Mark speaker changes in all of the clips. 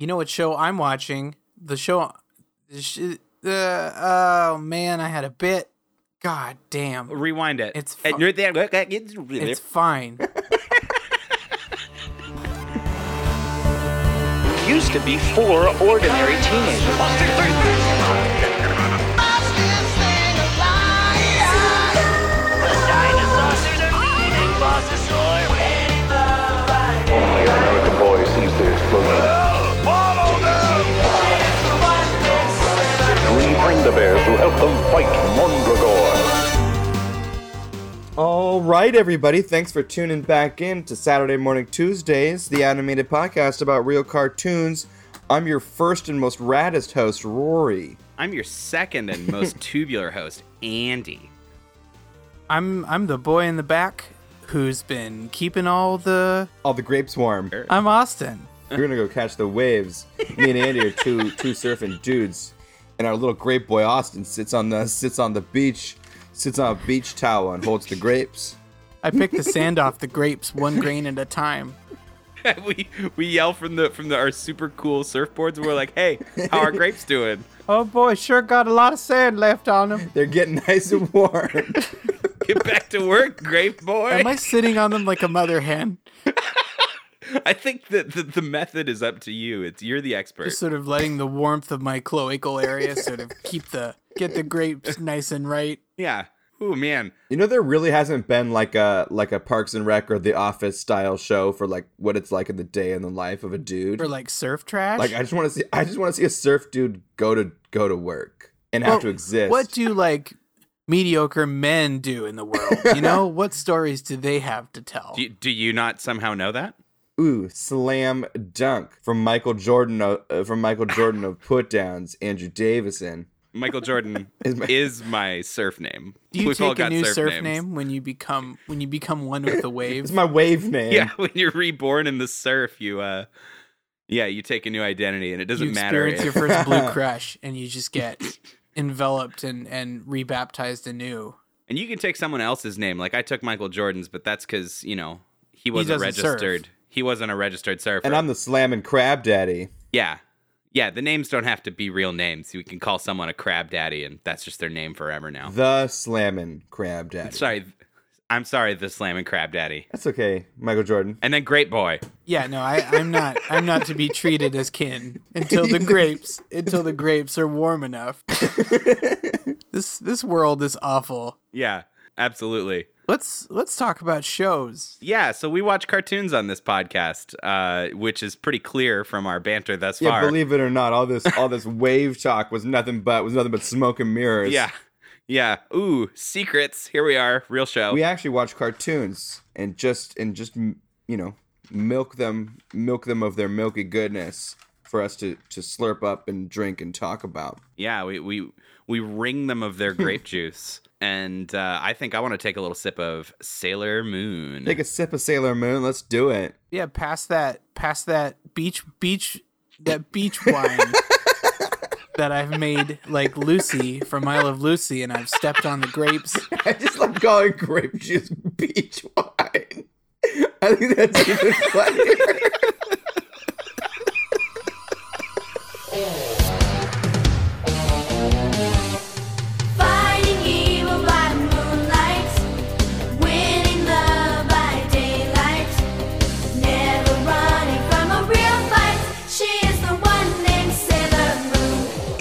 Speaker 1: You know what show I'm watching? The show. the sh- Uh, oh man, I had a bit. God damn,
Speaker 2: Rewind it.
Speaker 1: It's fu- it's
Speaker 2: it's
Speaker 1: fine.
Speaker 3: used to be for ordinary teenagers.
Speaker 4: fastest thing alive. The dinosaurs are the leading bossosaur.
Speaker 5: Only an American boy sees the explosion. Three panda bears who help them fight Mondragor.
Speaker 6: All right, everybody. Thanks for tuning back in to Saturday Morning Tuesdays, the animated podcast about real cartoons. I'm your first and most raddest host, Rory.
Speaker 2: I'm your second and most tubular host, Andy.
Speaker 1: I'm I'm the boy in the back who's been keeping all the.
Speaker 6: All the grapes warm.
Speaker 1: I'm Austin.
Speaker 6: We're gonna go catch the waves. Me and Andy are two two surfing dudes, and our little grape boy Austin sits on the sits on the beach, sits on a beach towel and holds the grapes.
Speaker 1: I pick the sand off the grapes one grain at a time.
Speaker 2: we we yell from the from the, our super cool surfboards and we're like, "Hey, how are grapes doing?"
Speaker 1: Oh boy, sure got a lot of sand left on them.
Speaker 6: They're getting nice and warm.
Speaker 2: Get back to work, grape boy.
Speaker 1: Am I sitting on them like a mother hen?
Speaker 2: I think that the, the method is up to you. It's you're the expert.
Speaker 1: Just sort of letting the warmth of my cloacal area sort of keep the get the grapes nice and right.
Speaker 2: yeah. Oh man,
Speaker 6: You know, there really hasn't been like a like a Parks and Rec or The Office style show for like what it's like in the day in the life of a dude.
Speaker 1: Or like surf trash.
Speaker 6: Like I just want to see I just want to see a surf dude go to go to work and
Speaker 1: Well,
Speaker 6: have to exist.
Speaker 1: What do like mediocre men do in the world? You know, what stories do they have to tell?
Speaker 2: do, do you not somehow know that?
Speaker 6: Ooh, slam dunk from Michael Jordan of, uh, from Michael Jordan of put downs, Andrew Davison.
Speaker 2: Michael Jordan
Speaker 6: Is my-
Speaker 2: is my surf name.
Speaker 1: do you
Speaker 2: We've all
Speaker 1: take a
Speaker 2: got
Speaker 1: new surf,
Speaker 2: names.
Speaker 1: name when you become when you become one with the
Speaker 6: It's
Speaker 1: waves?
Speaker 6: my wave name.
Speaker 2: Yeah, when you're reborn in the surf, you uh, yeah, you take a new identity, and it doesn't
Speaker 1: you
Speaker 2: matter.
Speaker 1: experience
Speaker 2: if-
Speaker 1: your first blue crush and you just get enveloped and and rebaptized anew.
Speaker 2: And you can take someone else's name. Like I took Michael Jordan's, but that's because you know he wasn't
Speaker 1: doesn't surf.
Speaker 2: registered. He wasn't a registered surfer.
Speaker 6: And I'm the slamming crab daddy.
Speaker 2: yeah, yeah. The names don't have to be real names. We can call someone a crab daddy, and that's just their name forever now.
Speaker 6: The slamming crab daddy.
Speaker 2: Sorry, I'm sorry. The slamming crab daddy,
Speaker 6: That's okay, Michael Jordan.
Speaker 2: and then great boy.
Speaker 1: Yeah, no, I, I'm not. I'm not to be treated as kin until the grapes until the grapes are warm enough. this this world is awful.
Speaker 2: Yeah, absolutely.
Speaker 1: Let's let's talk about shows.
Speaker 2: Yeah, so we watch cartoons on this podcast, uh, which is pretty clear from our banter thus
Speaker 6: Yeah,
Speaker 2: far.
Speaker 6: believe it or not, all this all this wave talk was nothing but was nothing but smoke and mirrors.
Speaker 2: yeah, yeah. Ooh, secrets. Here we are, real show.
Speaker 6: we actually watch cartoons and just and just m- you know milk them milk them of their milky goodness for us to to slurp up and drink and talk about
Speaker 2: Yeah, we we we wring them of their grape juice, and uh, I think I want to take a little sip of Sailor Moon.
Speaker 6: take a sip of sailor moon let's do it
Speaker 1: Yeah, past that past that beach beach that beach wine that I've made like Lucy from I Love Lucy, and I've stepped on the grapes.
Speaker 6: i just love calling grape juice beach wine i think that's even funnier
Speaker 4: Fighting evil by moonlight, winning love by daylight, never running from a real fight. She is the one named Sailor Moon.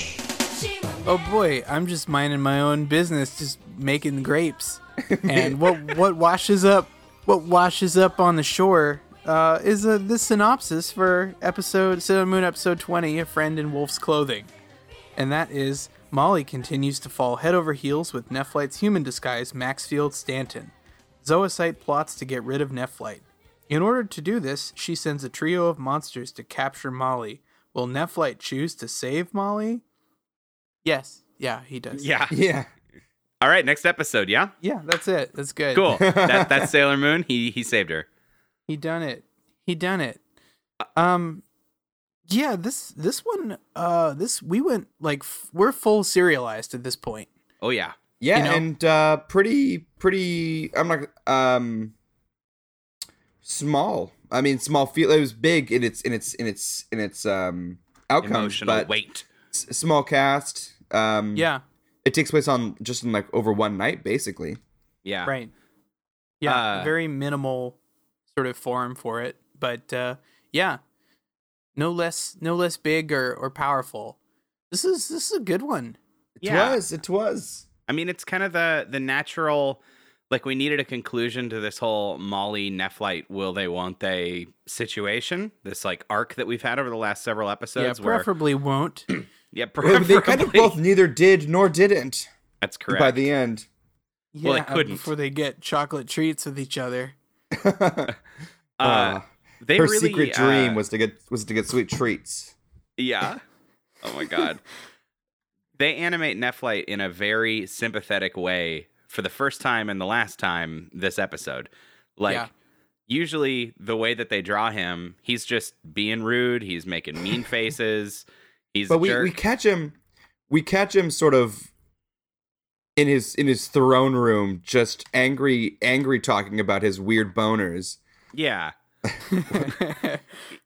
Speaker 4: She will
Speaker 1: Oh boy, I'm just minding my own business, just making grapes. And what what washes up what washes up on the shore uh, is a, this synopsis for episode Sailor Moon episode 20, A Friend in Wolf's Clothing. And that is Molly continues to fall head over heels with Nephlite's human disguise, Maxfield Stanton. Zoocyte plots to get rid of Nephlite. In order to do this, she sends a trio of monsters to capture Molly. Will Nephlite choose to save Molly? Yes. Yeah, he does.
Speaker 2: yeah.
Speaker 6: yeah
Speaker 2: All right, next episode. Yeah,
Speaker 1: Yeah, that's it. That's good.
Speaker 2: cool. that, that's Sailor Moon. He he saved her.
Speaker 1: He done it. He done it. Um yeah, this this one uh this we went like f- we're full serialized at this point.
Speaker 2: Oh yeah.
Speaker 6: yeah
Speaker 1: You know?
Speaker 6: and uh pretty pretty i'm not um small I mean, small field. It was big in its in its in its in its um outcomes,
Speaker 2: Emotional
Speaker 6: but
Speaker 2: weight.
Speaker 6: s- small cast. Um,
Speaker 2: Mm.
Speaker 1: Yeah.
Speaker 6: it takes place on just in like over one night, basically.
Speaker 2: Yeah.
Speaker 1: Right. Yeah.
Speaker 2: Uh,
Speaker 1: very minimal sort of form for it, but uh, yeah, no less no less big or, or powerful. This is this is a good one.
Speaker 6: It
Speaker 2: Yeah.
Speaker 6: was. It was.
Speaker 2: I mean, it's kind of the the natural. Like we needed a conclusion to this whole Molly Neflight will they won't they situation. This like arc that we've had over the last several episodes.
Speaker 1: yeah,
Speaker 2: where,
Speaker 1: preferably won't.
Speaker 2: yeah,
Speaker 6: Well,
Speaker 2: preferably.
Speaker 6: they kind of both neither did nor didn't
Speaker 2: That's correct.
Speaker 6: by the end.
Speaker 1: Yeah,
Speaker 2: Well, it couldn't.
Speaker 1: before they get chocolate treats with each other.
Speaker 2: uh,
Speaker 6: Uh,
Speaker 2: they
Speaker 6: Her
Speaker 2: really,
Speaker 6: secret dream
Speaker 2: uh,
Speaker 6: was to get was to get sweet treats.
Speaker 2: Yeah. Oh my god. they animate Neflight in a very sympathetic way for the first time and the last time this episode. Like
Speaker 1: Yeah.
Speaker 2: usually the way that they draw him, he's just being rude, he's making mean faces, he's
Speaker 6: But
Speaker 2: a
Speaker 6: we,
Speaker 2: jerk.
Speaker 6: we catch him, we catch him sort of in his in his throne room, just angry angry talking about his weird boners.
Speaker 2: yeah.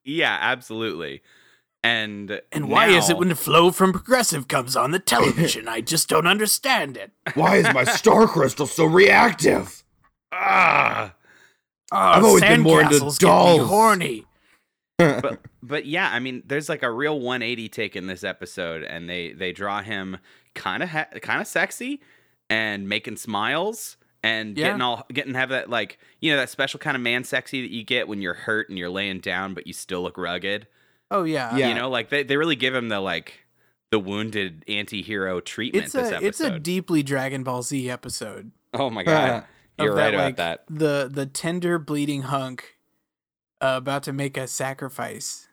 Speaker 2: yeah, absolutely. And
Speaker 1: And why is it
Speaker 2: now-
Speaker 1: when the flow from progressive comes on the television? I just don't understand it.
Speaker 6: Why is my star crystal so reactive?
Speaker 2: Ah!
Speaker 1: Oh,
Speaker 6: I've always been more into
Speaker 1: sandcastles get me
Speaker 6: dolls.
Speaker 1: horny.
Speaker 2: but but yeah, I mean, there's like a real 180 take in this episode, and they they draw him kind of ha- kind of sexy and making smiles and
Speaker 1: Yeah.
Speaker 2: getting all getting have that like you know that special kind of man sexy that you get when you're hurt and you're laying down but you still look rugged.
Speaker 1: Oh yeah,
Speaker 6: Yeah.
Speaker 2: You know, like they, they really give him the like the wounded anti-hero treatment
Speaker 1: It's
Speaker 2: this
Speaker 1: a
Speaker 2: episode.
Speaker 1: it's a deeply Dragon Ball Z episode.
Speaker 2: oh my god.
Speaker 1: of
Speaker 2: You're right
Speaker 1: that,
Speaker 2: about
Speaker 1: like,
Speaker 2: that.
Speaker 1: The the tender bleeding hunk uh, about to make a sacrifice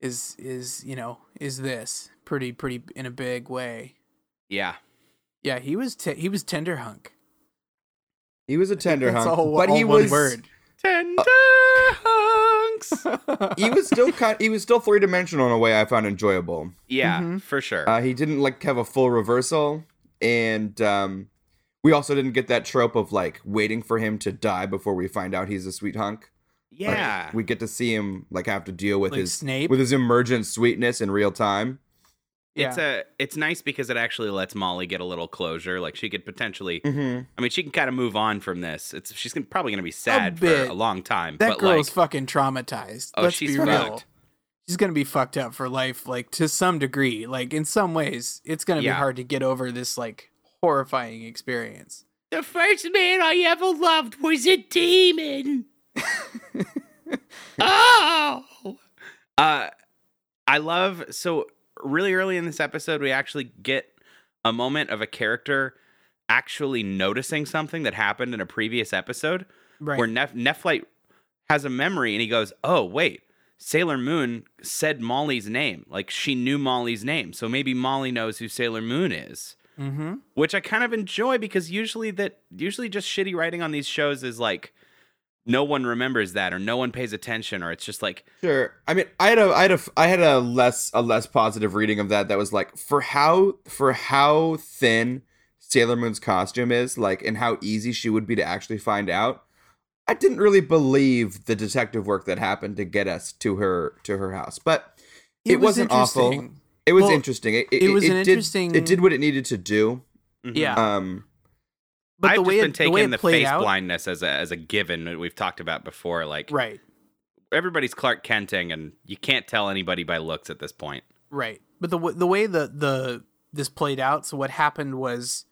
Speaker 1: is is you know is this pretty pretty in a big way.
Speaker 2: Yeah.
Speaker 1: Yeah, he was te- he was tender hunk.
Speaker 6: He was a tender
Speaker 1: That's
Speaker 6: hunk,
Speaker 1: all,
Speaker 6: but
Speaker 1: all
Speaker 6: he
Speaker 1: one
Speaker 6: was
Speaker 1: word.
Speaker 2: Tender hunks.
Speaker 6: he was still kind, he was still three dimensional in a way I found enjoyable.
Speaker 2: yeah,
Speaker 1: mm-hmm.
Speaker 2: for sure.
Speaker 6: Uh, he didn't like have a full reversal, and um, we also didn't get that trope of like waiting for him to die before we find out he's a sweet hunk. Like,
Speaker 2: yeah.
Speaker 6: we get to see him like have to deal with
Speaker 1: Like
Speaker 6: his
Speaker 1: Snape?
Speaker 6: with his emergent sweetness in real time.
Speaker 2: it's a it's nice because it actually lets Molly get a little closure. Like she could potentially,
Speaker 1: Mm.
Speaker 6: Mm-hmm.
Speaker 2: I mean, she can kind of move on from this. It's she's gonna, probably going to be sad for
Speaker 1: bit.
Speaker 2: a long time.
Speaker 1: that
Speaker 2: but
Speaker 1: girl's
Speaker 2: like,
Speaker 1: fucking traumatized.
Speaker 2: Oh,
Speaker 1: Let's
Speaker 2: she's
Speaker 1: be real.
Speaker 2: fucked.
Speaker 1: She's gonna be fucked up for life, like to some degree. Like in some ways, it's gonna
Speaker 2: Yeah.
Speaker 1: be hard to get over this like horrifying experience.
Speaker 2: the first man I ever loved was a demon. oh, uh, I love so really early in this episode we actually get a moment of a character actually noticing something that happened in a previous episode.
Speaker 1: Right.
Speaker 2: where Nef- Neflight has a memory and he goes, "Oh wait, Sailor Moon said Molly's name. Like she knew Molly's name, so maybe Molly knows who Sailor Moon is."
Speaker 1: mm-hmm.
Speaker 2: Which I kind of enjoy because usually that usually just shitty writing on these shows is like no one remembers that or no one pays attention or it's just like
Speaker 6: Sure. I mean, I had a, I had a, I had a less, a less positive reading of that. That was like for how, for how thin Sailor Moon's costume is, like, and how easy she would be to actually find out. I didn't really believe the detective work that happened to get us to her, to her house, but it,
Speaker 1: was
Speaker 6: wasn't awful.
Speaker 1: interesting.
Speaker 6: It was
Speaker 1: Well,
Speaker 6: interesting. It,
Speaker 1: it was an
Speaker 6: did,
Speaker 1: interesting-
Speaker 6: It did what it needed to do.
Speaker 1: Yeah.
Speaker 6: Um,
Speaker 1: but
Speaker 2: Mm-hmm. Uh, I've
Speaker 1: the way
Speaker 2: just
Speaker 1: it, the
Speaker 2: been
Speaker 1: way
Speaker 2: taking
Speaker 1: it
Speaker 2: the,
Speaker 1: played
Speaker 2: face
Speaker 1: out,
Speaker 2: blindness as a as a given that we've talked about before. Like
Speaker 1: right,
Speaker 2: everybody's Clark Kenting, and you can't tell anybody by looks at this point.
Speaker 1: right. But the w- the way the the this played out, so what happened was,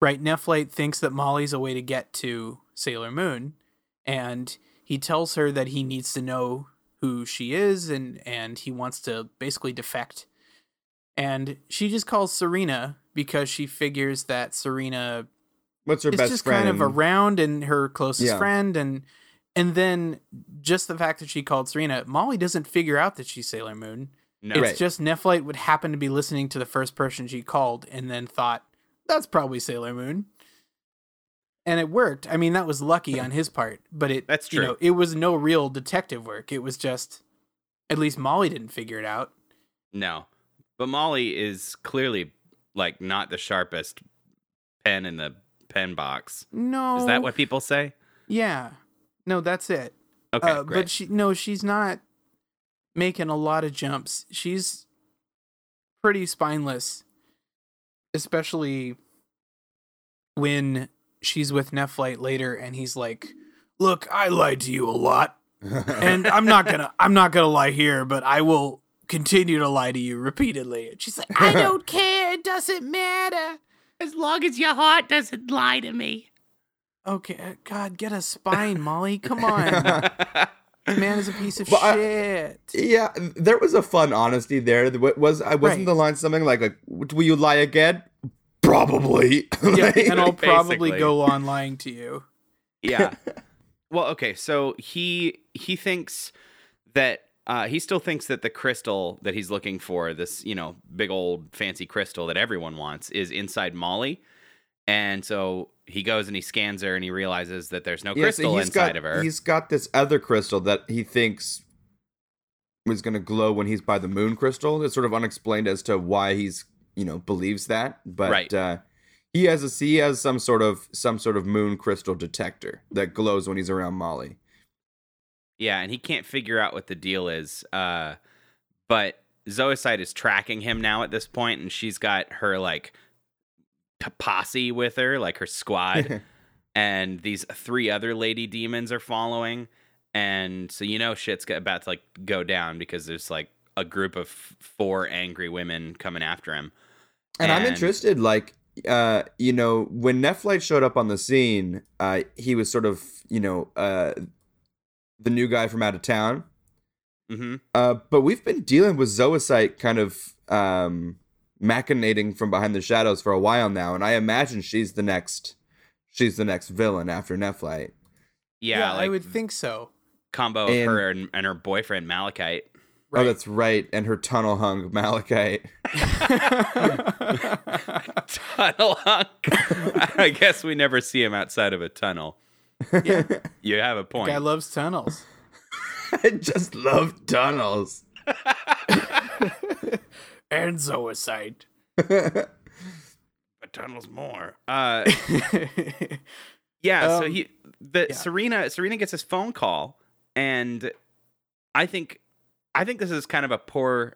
Speaker 1: right? Neflight thinks that Molly's a way to get to Sailor Moon, and he tells her that he needs to know who she is, and and he wants to basically defect. And she just calls Serena because she figures that Serena
Speaker 6: what's her
Speaker 1: it's
Speaker 6: best
Speaker 1: just
Speaker 6: friend?
Speaker 1: kind of around and her closest
Speaker 6: Yeah.
Speaker 1: friend and and then just the fact that she called Serena, Molly doesn't figure out that she's Sailor Moon.
Speaker 2: No,
Speaker 1: It's
Speaker 6: Right.
Speaker 1: just Neflight would happen to be listening to the first person she called and then thought, that's probably Sailor Moon. And it worked. I mean, that was lucky on his part, but it
Speaker 2: That's
Speaker 1: you know,
Speaker 2: true.
Speaker 1: it was no real detective work. It was just at least Molly didn't figure it out.
Speaker 2: No. But Molly is clearly like not the sharpest pen in the pen box.
Speaker 1: No.
Speaker 6: Oh.
Speaker 2: Is that what people say?
Speaker 1: Yeah. No, that's it.
Speaker 2: Okay,
Speaker 1: uh,
Speaker 2: great.
Speaker 1: but she no, she's not making a lot of jumps. She's pretty spineless, especially when she's with Neflight later, and he's like, "Look, I lied to you a lot, and I'm not gonna, I'm not gonna lie here, but I will continue to lie to you repeatedly." And she's like, "I don't care. It doesn't matter."
Speaker 2: as long as your heart doesn't lie to me.
Speaker 1: Okay, uh, God, get a spine, Molly. Come on,
Speaker 2: yeah,
Speaker 1: man is a piece of
Speaker 6: But I-
Speaker 1: shit.
Speaker 6: Yeah, there was a fun honesty there. Th- what Was I wasn't
Speaker 1: Right.
Speaker 6: the line something like like will you lie again? Probably.
Speaker 1: yeah,
Speaker 6: Like-
Speaker 1: and I'll probably
Speaker 2: Basically.
Speaker 1: go on lying to you.
Speaker 2: well, okay. So he he thinks that uh, he still thinks that the crystal that he's looking for, this you know big old fancy crystal that everyone wants, is inside Molly, and so he goes and he scans her and he realizes that there's no
Speaker 6: Yeah, so
Speaker 2: crystal
Speaker 6: he's
Speaker 2: inside
Speaker 6: got,
Speaker 2: of her.
Speaker 6: He's got this other crystal that he thinks was going to glow when he's by the moon crystal. It's sort of unexplained as to why he's, you know, believes that, but
Speaker 2: Right.
Speaker 6: uh he has a he has some sort of some sort of moon crystal detector that glows when he's around Molly.
Speaker 2: Yeah, and he can't figure out what the deal is. Uh, but Zoicide is tracking him now at this point, and she's got her like p- posse with her, like her squad, and these three other lady demons are following. And so you know shit's go- about to like go down because there's like a group of f- four angry women coming after him.
Speaker 6: and I'm
Speaker 2: And-
Speaker 6: interested, like, uh, you know, when Neflight showed up on the scene, uh, he was sort of, you know, uh, the new guy from out of town.
Speaker 2: hmm
Speaker 6: Uh, but we've been dealing with Zoicite kind of um, machinating from behind the shadows for a while now, and I imagine she's the next, she's the next villain after Oh, Neflight.
Speaker 2: Yeah, like
Speaker 1: I would think so.
Speaker 2: combo of
Speaker 6: And-
Speaker 2: her and, and her boyfriend Malachite.
Speaker 1: Right.
Speaker 6: Oh, that's right, and her tunnel hung Malachite.
Speaker 2: tunnel hunk. I guess we never see him outside of a tunnel. You have a point.
Speaker 1: Guy loves tunnels.
Speaker 6: I just love tunnels.
Speaker 1: And zoicide.
Speaker 2: but tunnels more. Uh, yeah. so
Speaker 1: Um,
Speaker 2: he, the
Speaker 1: yeah.
Speaker 2: Serena, Serena gets his phone call, and I think, I think this is kind of a poor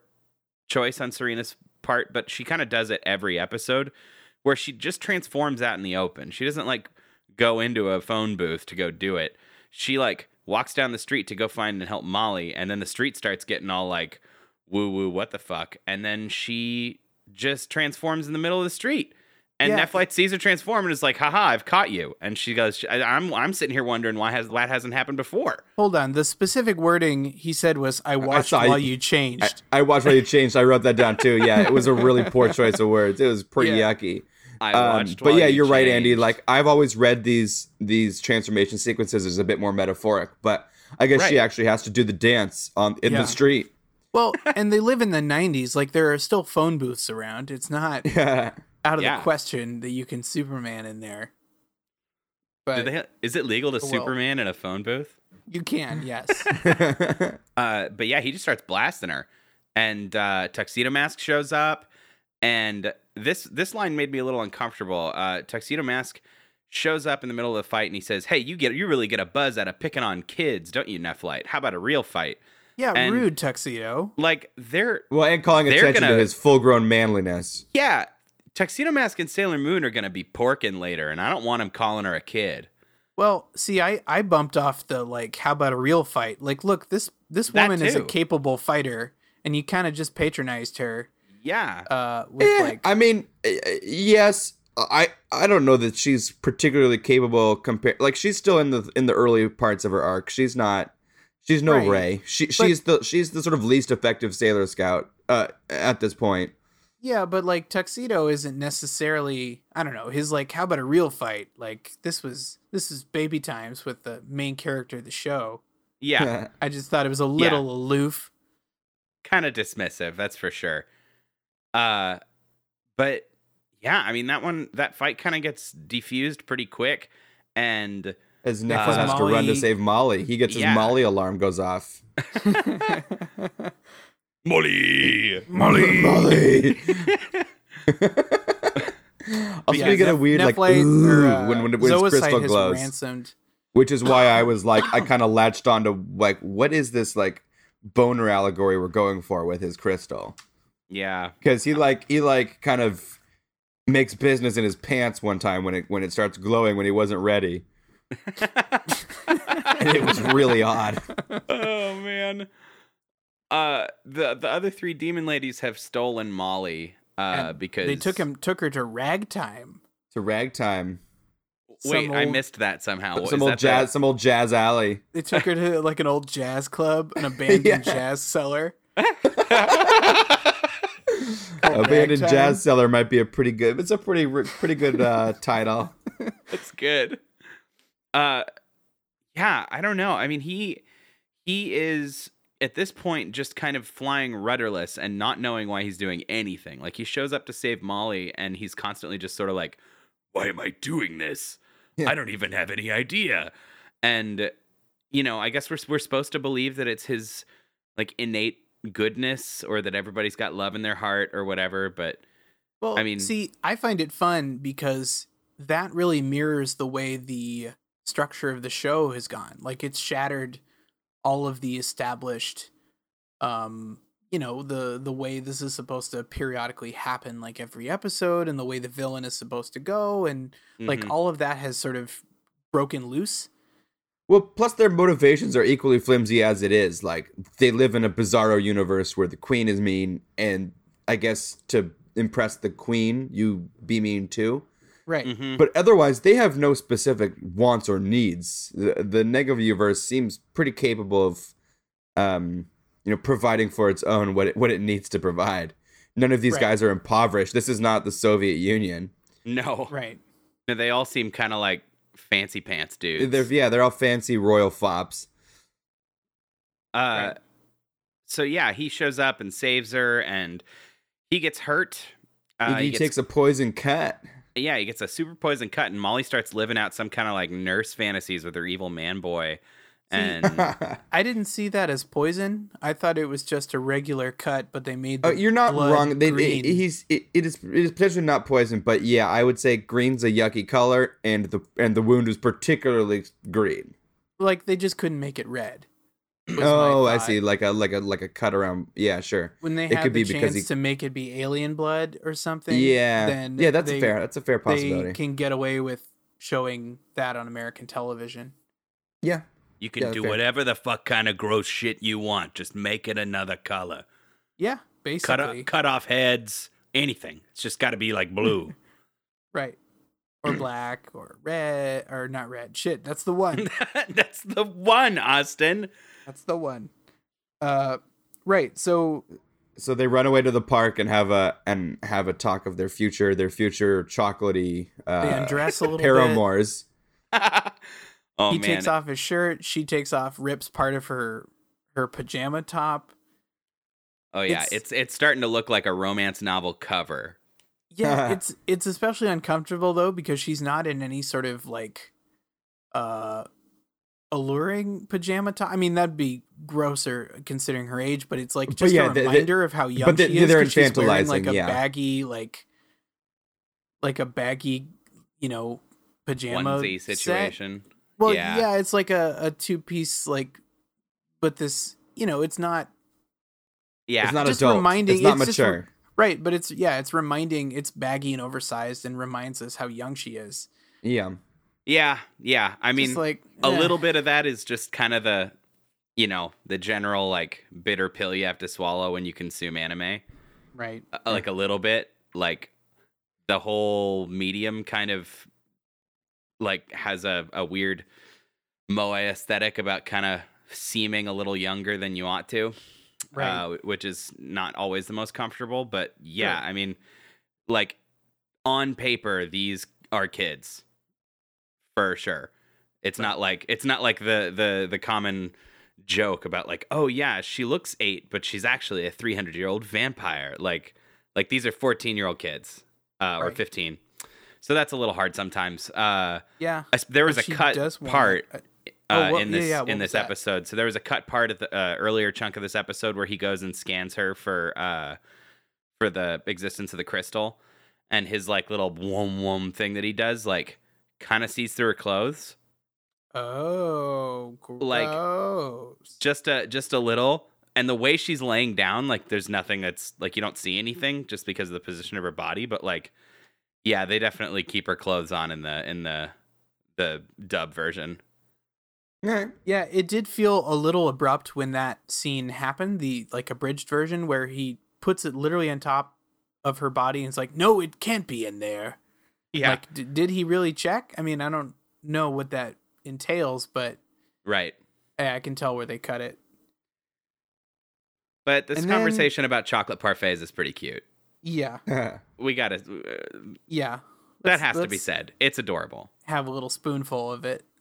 Speaker 2: choice on Serena's part, but she kind of does it every episode, where she just transforms out in the open. She doesn't like go into a phone booth to go do it. She like walks down the street to go find and help Molly, and then the street starts getting all like woo woo, what the fuck? And then she just transforms in the middle of the street. And
Speaker 1: Yeah.
Speaker 2: Netflix sees her transform and is like, haha, I've caught you. And she goes, I, I'm I'm sitting here wondering why has that hasn't happened before.
Speaker 1: Hold on. The specific wording he said was, "I watched
Speaker 6: saw you-
Speaker 1: while you changed."
Speaker 6: I watched while you changed. I wrote that down too. Yeah, it was a really poor choice of words. It was pretty
Speaker 1: Yeah.
Speaker 6: yucky.
Speaker 2: I
Speaker 6: Um,
Speaker 2: watched
Speaker 6: but
Speaker 2: while
Speaker 6: yeah,
Speaker 2: you
Speaker 6: you're right, Andy.
Speaker 2: changed.
Speaker 6: Like I've always read these these transformation sequences as a bit more metaphoric, but I guess she
Speaker 2: Right.
Speaker 6: actually has to do the dance on in
Speaker 1: Yeah.
Speaker 6: the street.
Speaker 1: well, and they live in the '90s. Like there are still phone booths around. It's not
Speaker 6: yeah,
Speaker 1: out of
Speaker 2: Yeah.
Speaker 1: the question that you can Superman in there.
Speaker 2: Do
Speaker 1: But
Speaker 2: they, is it legal
Speaker 6: oh,
Speaker 2: to
Speaker 1: Well-
Speaker 2: Superman in a phone booth?
Speaker 1: you can, yes.
Speaker 2: Uh, but yeah, he just starts blasting her, and uh, Tuxedo Mask shows up, and this this line made me a little uncomfortable. Uh, Tuxedo Mask shows up in the middle of the fight, and he says, "Hey, you get you really get a buzz out of picking on kids, don't you, Neflight? How about a real fight?
Speaker 1: Yeah,
Speaker 2: And-
Speaker 1: rude tuxedo.
Speaker 2: Like they're
Speaker 6: well, and calling
Speaker 2: They're
Speaker 6: attention
Speaker 2: gonna-
Speaker 6: to his full grown manliness.
Speaker 2: yeah, Tuxedo Mask and Sailor Moon are gonna be porking later, and I don't want him calling her a kid.
Speaker 1: Well, see, I I bumped off the like, how about a real fight? Like, look, this this
Speaker 2: That
Speaker 1: woman is a
Speaker 2: too.
Speaker 1: capable fighter, and you kind of just patronized her.
Speaker 2: Yeah,
Speaker 1: Uh, with
Speaker 6: Eh,
Speaker 1: like,
Speaker 6: I mean, uh, yes, I I don't know that she's particularly capable compared. Like she's still in the in the early parts of her arc. She's not. She's no
Speaker 1: Right.
Speaker 6: Ray. She she's the she's the sort of least effective Sailor Scout uh, at this point.
Speaker 1: yeah, but like tuxedo isn't necessarily. I don't know. His like, how about a real fight? Like, this was this is baby times with the main character of the show.
Speaker 2: yeah,
Speaker 1: I just thought it was a little aloof.
Speaker 2: kind of dismissive, that's for sure. Uh but yeah, I mean that one that fight kind of gets defused pretty quick and
Speaker 6: As Nick
Speaker 2: Because
Speaker 6: has to run
Speaker 1: Molly-
Speaker 6: to save Molly, he gets his
Speaker 2: Yeah.
Speaker 6: Molly alarm goes off.
Speaker 2: Molly.
Speaker 6: Molly, Molly. I'm
Speaker 1: But
Speaker 6: gonna get a
Speaker 1: Nef-
Speaker 6: weird like
Speaker 1: Nephlite or,
Speaker 6: ooh
Speaker 1: uh,
Speaker 6: when when, when his
Speaker 1: Zoicide
Speaker 6: crystal
Speaker 1: uh, has
Speaker 6: glows.
Speaker 1: ransomed.
Speaker 6: which is why I was like, I kind of latched on to like, what is this like boner allegory we're going for with his crystal?
Speaker 2: Yeah.
Speaker 6: because he like he like kind of makes business in his pants one time when it when it starts glowing when he wasn't ready. and it was really odd.
Speaker 2: oh man. Uh, the the other three demon ladies have stolen Molly. Uh, because
Speaker 1: They took him, took her to ragtime.
Speaker 6: To ragtime,
Speaker 2: Wait,
Speaker 1: some
Speaker 2: I
Speaker 1: old-
Speaker 2: missed that somehow. Oh, Is
Speaker 6: some old
Speaker 2: that the-
Speaker 6: jazz, some old jazz alley.
Speaker 1: They took her to like an old jazz club, an abandoned
Speaker 6: Yeah.
Speaker 1: jazz cellar.
Speaker 6: Abandoned
Speaker 1: Ragtime.
Speaker 6: jazz cellar might be a pretty good. It's a pretty r- pretty good uh, title.
Speaker 2: That's good. Uh, yeah. I don't know. I mean, he he is at this point just kind of flying rudderless and not knowing why he's doing anything. Like he shows up to save Molly, and he's constantly just sort of like, "Why am I doing this?
Speaker 6: Yeah.
Speaker 2: I don't even have any idea." And you know, I guess we're we're supposed to believe that it's his like innate goodness or that everybody's got love in their heart or whatever but
Speaker 1: Well,
Speaker 2: I mean-
Speaker 1: see, I find it fun because that really mirrors the way the structure of the show has gone. Like it's shattered all of the established, um, you know, the the way this is supposed to periodically happen, like every episode, and the way the villain is supposed to go, and like
Speaker 2: Mhm.
Speaker 1: all of that has sort of broken loose.
Speaker 6: Well, plus their motivations are equally flimsy as it is. Like they live in a bizarro universe where the queen is mean, and I guess to impress the queen, you be mean too.
Speaker 1: Right.
Speaker 2: Mhm.
Speaker 6: But otherwise, they have no specific wants or needs. The, the Negaviverse seems pretty capable of, um, you know, providing for its own what it, what it needs to provide. None of these
Speaker 1: Right.
Speaker 6: guys are impoverished. This is not the Soviet Union.
Speaker 2: no
Speaker 1: Right.
Speaker 2: No, they all seem kind of like fancy pants dudes.
Speaker 6: They're yeah, they're all fancy royal fops.
Speaker 2: uh, So yeah, he shows up and saves her, and he gets hurt. Uh,
Speaker 6: he,
Speaker 2: he gets-
Speaker 6: takes a poison cut.
Speaker 2: yeah, he gets a super poison cut, and Molly starts living out some kind of like nurse fantasies with her evil man boy. And
Speaker 1: I didn't see that as poison. I thought it was just a regular cut, but they made.
Speaker 6: Uh,
Speaker 1: the
Speaker 6: you're not
Speaker 1: blood
Speaker 6: wrong. They,
Speaker 1: green.
Speaker 6: it- he's it, it is it is potentially not poison, but yeah, I would say green's a yucky color, and the and the wound is particularly green.
Speaker 1: like they just couldn't make it red. was my
Speaker 6: Oh, I
Speaker 1: thought.
Speaker 6: see. Like a like a like a cut around. Yeah, sure.
Speaker 1: When they
Speaker 6: It
Speaker 1: had
Speaker 6: could
Speaker 1: the
Speaker 6: be because
Speaker 1: chance
Speaker 6: he-
Speaker 1: to make it be alien blood or something,
Speaker 6: yeah,
Speaker 1: then
Speaker 6: yeah. That's
Speaker 1: they,
Speaker 6: a fair. That's a fair
Speaker 1: They
Speaker 6: possibility.
Speaker 1: can get away with showing that on American television.
Speaker 6: yeah,
Speaker 2: you can
Speaker 6: Yeah,
Speaker 2: do
Speaker 6: fair.
Speaker 2: whatever the fuck kind of gross shit you want. Just make it another color.
Speaker 1: Yeah,
Speaker 2: Cut
Speaker 1: basically,
Speaker 2: off, cut off heads, anything. It's just got to be like blue.
Speaker 1: right, or black, or red, or not red. Shit, that's the one.
Speaker 2: That's the one, Austin.
Speaker 1: that's the one. Uh, right. So
Speaker 6: So they run away to the park and have a and have a talk of their future, their future chocolatey
Speaker 1: they
Speaker 6: uh,
Speaker 1: undress a little bit.
Speaker 6: paramours.
Speaker 2: Oh
Speaker 1: he
Speaker 2: man,
Speaker 1: takes off his shirt. She takes off, rips part of her her pajama top.
Speaker 2: Oh yeah,
Speaker 1: It's-
Speaker 2: it's, it's starting to look like a romance novel cover.
Speaker 1: Yeah, it's it's especially uncomfortable though because she's not in any sort of like uh alluring pajama top. I mean, that'd be grosser uh, considering her age, but it's like just
Speaker 6: yeah,
Speaker 1: a
Speaker 6: the- the-
Speaker 1: reminder of how young
Speaker 6: but the-
Speaker 1: she is.
Speaker 6: they're
Speaker 1: 'cause she's wearing like
Speaker 6: infantilizing,
Speaker 1: a
Speaker 6: yeah.
Speaker 1: baggy, like like a baggy, you know, pajama
Speaker 2: Onesie
Speaker 1: set.
Speaker 2: situation.
Speaker 1: Well,
Speaker 2: Yeah.
Speaker 1: yeah. it's like a a two piece like, but this, you know, it's not
Speaker 2: Yeah.
Speaker 6: It's not
Speaker 1: Just
Speaker 6: adult.
Speaker 1: reminding-
Speaker 6: it's not
Speaker 1: it's just
Speaker 6: mature.
Speaker 1: right, but it's yeah, it's reminding it's baggy and oversized and reminds us how young she is.
Speaker 6: yeah,
Speaker 2: yeah. Yeah. I mean,
Speaker 1: Just like
Speaker 2: a
Speaker 1: eh.
Speaker 2: little bit of that is just kind of the, you know, the general like bitter pill you have to swallow when you consume anime.
Speaker 1: right.
Speaker 2: Uh, like a little bit. Like the whole medium kind of like has a, a weird moe aesthetic about kind of seeming a little younger than you ought to.
Speaker 1: Right.
Speaker 2: uh, which is not always the most comfortable. But yeah, I mean, like on paper, these are kids for sure. It's not like it's not like the the the common joke about like oh yeah she looks eight but she's actually a 300 year old vampire like like these are 14 year old kids uh, or
Speaker 1: Right.
Speaker 2: 15 so that's a little hard sometimes uh
Speaker 1: yeah.
Speaker 2: I s- there was
Speaker 1: But
Speaker 2: a
Speaker 1: she
Speaker 2: cut
Speaker 1: does want-
Speaker 2: part
Speaker 1: uh, oh,
Speaker 2: uh,
Speaker 1: what-
Speaker 2: in
Speaker 1: yeah,
Speaker 2: this
Speaker 1: yeah, what
Speaker 2: in
Speaker 1: was
Speaker 2: this
Speaker 1: that?
Speaker 2: episode. So there was a cut part of the uh, earlier chunk of this episode where he goes and scans her for uh, for the existence of the crystal, and his like little wom wom thing that he does like kind of sees through her clothes,
Speaker 1: Oh,
Speaker 2: Like-
Speaker 1: gross.
Speaker 2: just a just a little and the way she's laying down like there's nothing that's like you don't see anything just because of the position of her body but like yeah they definitely keep her clothes on in the in the the dub version
Speaker 6: Alright.
Speaker 1: Yeah, it did feel a little abrupt when that scene happened, the like abridged version where he puts it literally on top of her body and it's like, "No, it can't be in there."
Speaker 2: yeah
Speaker 1: Like d- did he really check? I mean, I don't know what that entails, but
Speaker 2: right
Speaker 1: eh, I can tell where they cut it.
Speaker 2: but this
Speaker 1: And then-
Speaker 2: conversation about chocolate parfaits is pretty cute
Speaker 1: Yeah.
Speaker 2: we gotta uh,
Speaker 1: Yeah.
Speaker 2: that
Speaker 1: Let's-
Speaker 2: has to be
Speaker 1: let's
Speaker 2: said it's adorable
Speaker 1: Have a little spoonful of it.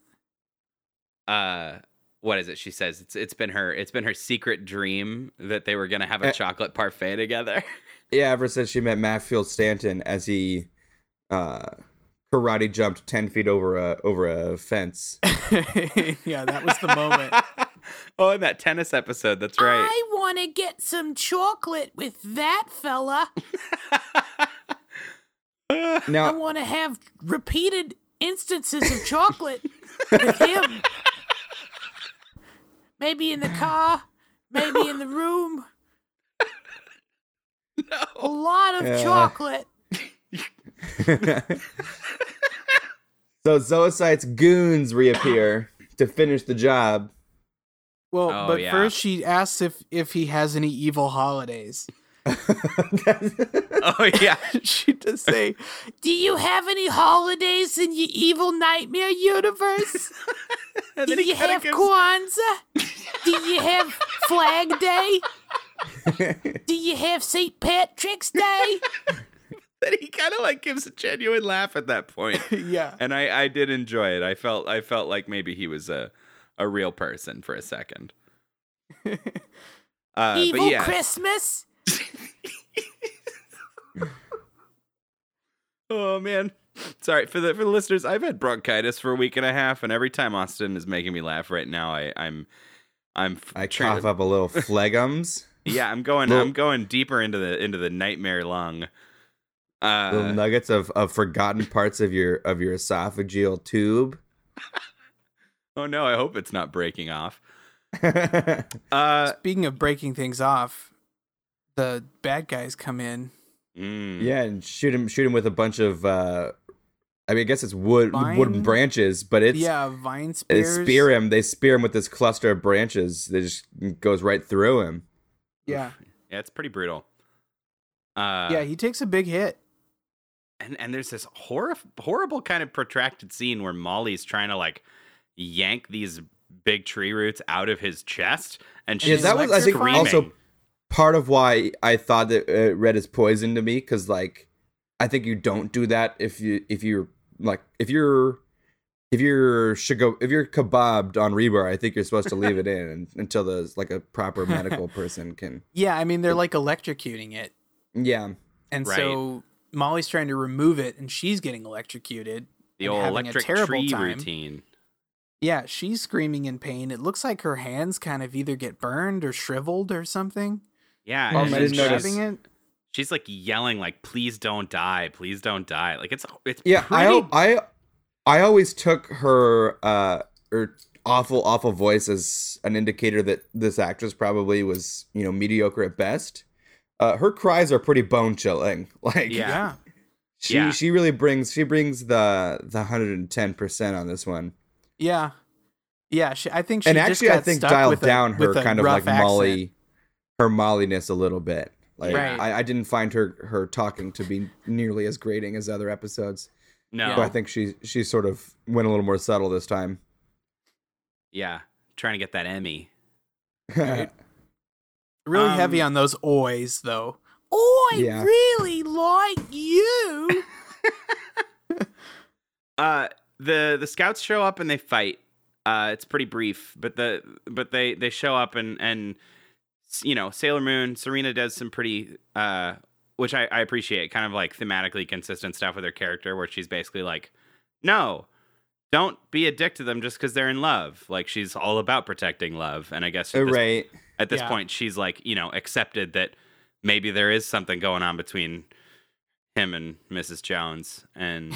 Speaker 2: uh what is it she says it's it's been her it's been her secret dream that they were gonna have a
Speaker 6: Eh.
Speaker 2: chocolate parfait together
Speaker 6: yeah, ever since she met Matfield Stanton as he uh karate jumped ten feet over a over a fence.
Speaker 1: yeah, that was the moment.
Speaker 2: oh and that tennis episode that's right
Speaker 1: I want to get some chocolate with that fella. I
Speaker 6: Now
Speaker 1: want to have repeated instances of chocolate with him. Maybe in the car, maybe in the room. A lot of
Speaker 6: Yeah.
Speaker 1: chocolate.
Speaker 6: so Zoocyte's goons reappear to finish the job.
Speaker 1: Well,
Speaker 2: Oh,
Speaker 1: but
Speaker 2: yeah.
Speaker 1: first she asks if if he has any evil holidays.
Speaker 2: oh yeah
Speaker 1: she does say, "Do you have any holidays in your evil nightmare universe?
Speaker 2: and
Speaker 1: Do
Speaker 2: then he
Speaker 1: you
Speaker 2: kinda
Speaker 1: have
Speaker 2: gives-
Speaker 1: Kwanzaa? Do you have Flag Day? Do you have St. Patrick's Day?"
Speaker 2: then he kind of like gives a genuine laugh at that point
Speaker 1: yeah.
Speaker 2: and i i did enjoy it i felt i felt like maybe he was a a real person for a second uh
Speaker 1: evil
Speaker 2: but yeah
Speaker 1: Christmas.
Speaker 2: Oh man. Sorry for the for the listeners. I've had bronchitis for a week and a half, and every time Austin is making me laugh right now, I I'm I'm f-
Speaker 6: I
Speaker 2: trying
Speaker 6: cough
Speaker 2: to-
Speaker 6: up a little phlegums,
Speaker 2: Yeah, I'm going
Speaker 6: Little-
Speaker 2: I'm going deeper into the into the nightmare lung.
Speaker 6: little
Speaker 2: Uh,
Speaker 6: nuggets of, of forgotten parts of your of your esophageal tube.
Speaker 2: oh no, I hope it's not breaking off. Uh,
Speaker 1: Speaking of breaking things off, the bad guys come in.
Speaker 2: mm,
Speaker 6: Yeah, and shoot him shoot him with a bunch of uh I mean I guess it's wood
Speaker 1: Vine?
Speaker 6: wooden branches, but it's
Speaker 1: yeah, vine
Speaker 6: they
Speaker 1: spears.
Speaker 6: spear him, they spear him with this cluster of branches that just goes right through him.
Speaker 1: Yeah,
Speaker 2: yeah, it's pretty brutal. Uh,
Speaker 1: yeah, he takes a big hit.
Speaker 2: and and there's this horror, horrible kind of protracted scene where Molly's trying to like yank these big tree roots out of his chest, and
Speaker 6: Yeah,
Speaker 2: she's
Speaker 6: that was I think
Speaker 2: screaming.
Speaker 6: also part of why I thought that uh, red is poison to me cuz like I think you don't do that if you if you're like if you're if you're shigo, if you're kebabbed on rebar, I think you're supposed to leave it in until the like a proper medical person can.
Speaker 1: Yeah, I mean they're like electrocuting it,
Speaker 6: Yeah,
Speaker 1: and
Speaker 2: Right.
Speaker 1: so Molly's trying to remove it, and she's getting electrocuted.
Speaker 2: the
Speaker 1: and
Speaker 2: old
Speaker 1: having a
Speaker 2: electric
Speaker 1: terrible
Speaker 2: tree
Speaker 1: time.
Speaker 2: routine.
Speaker 1: Yeah, she's screaming in pain. It looks like her hands kind of either get burned or shriveled or something.
Speaker 2: Yeah,
Speaker 6: Oh,
Speaker 2: and
Speaker 1: she's
Speaker 6: I didn't
Speaker 2: she's-
Speaker 6: notice.
Speaker 1: grabbing it.
Speaker 2: She's like yelling, like "Please don't die! Please don't die!" Like it's it's
Speaker 6: Yeah,
Speaker 2: pretty-
Speaker 6: I al- I I always took her uh her awful awful voice as an indicator that this actress probably was you know mediocre at best. Uh, her cries are pretty bone chilling. Like
Speaker 1: Yeah.
Speaker 2: Yeah.
Speaker 6: she
Speaker 2: Yeah.
Speaker 6: she really brings she brings the the hundred and ten percent on this one.
Speaker 1: Yeah. Yeah, she, I think she
Speaker 6: and
Speaker 1: just
Speaker 6: actually,
Speaker 1: got
Speaker 6: I think
Speaker 1: stuck
Speaker 6: dialed
Speaker 1: with a-
Speaker 6: down her
Speaker 1: with a
Speaker 6: kind of like
Speaker 1: rough accent.
Speaker 6: Molly, her Molliness a little bit. Like
Speaker 1: Right.
Speaker 6: I, I didn't find her her talking to be nearly as grating as other episodes.
Speaker 2: no,
Speaker 6: But I think she she sort of went a little more subtle this time.
Speaker 2: yeah, trying to get that Emmy.
Speaker 1: Really
Speaker 2: Um,
Speaker 1: heavy on those oys, though. I
Speaker 6: Yeah.
Speaker 1: really like you.
Speaker 2: Uh, the the scouts show up and they fight. Uh, it's pretty brief, but the but they they show up and and s- you know Sailor Moon Serena does some pretty uh which I, I appreciate kind of like thematically consistent stuff with her character where she's basically like no don't be a dick to them just because they're in love like she's all about protecting love and I guess at this
Speaker 6: Uh, right.
Speaker 2: at this
Speaker 1: Yeah.
Speaker 2: point she's like you know accepted that maybe there is something going on between him and mrs jones and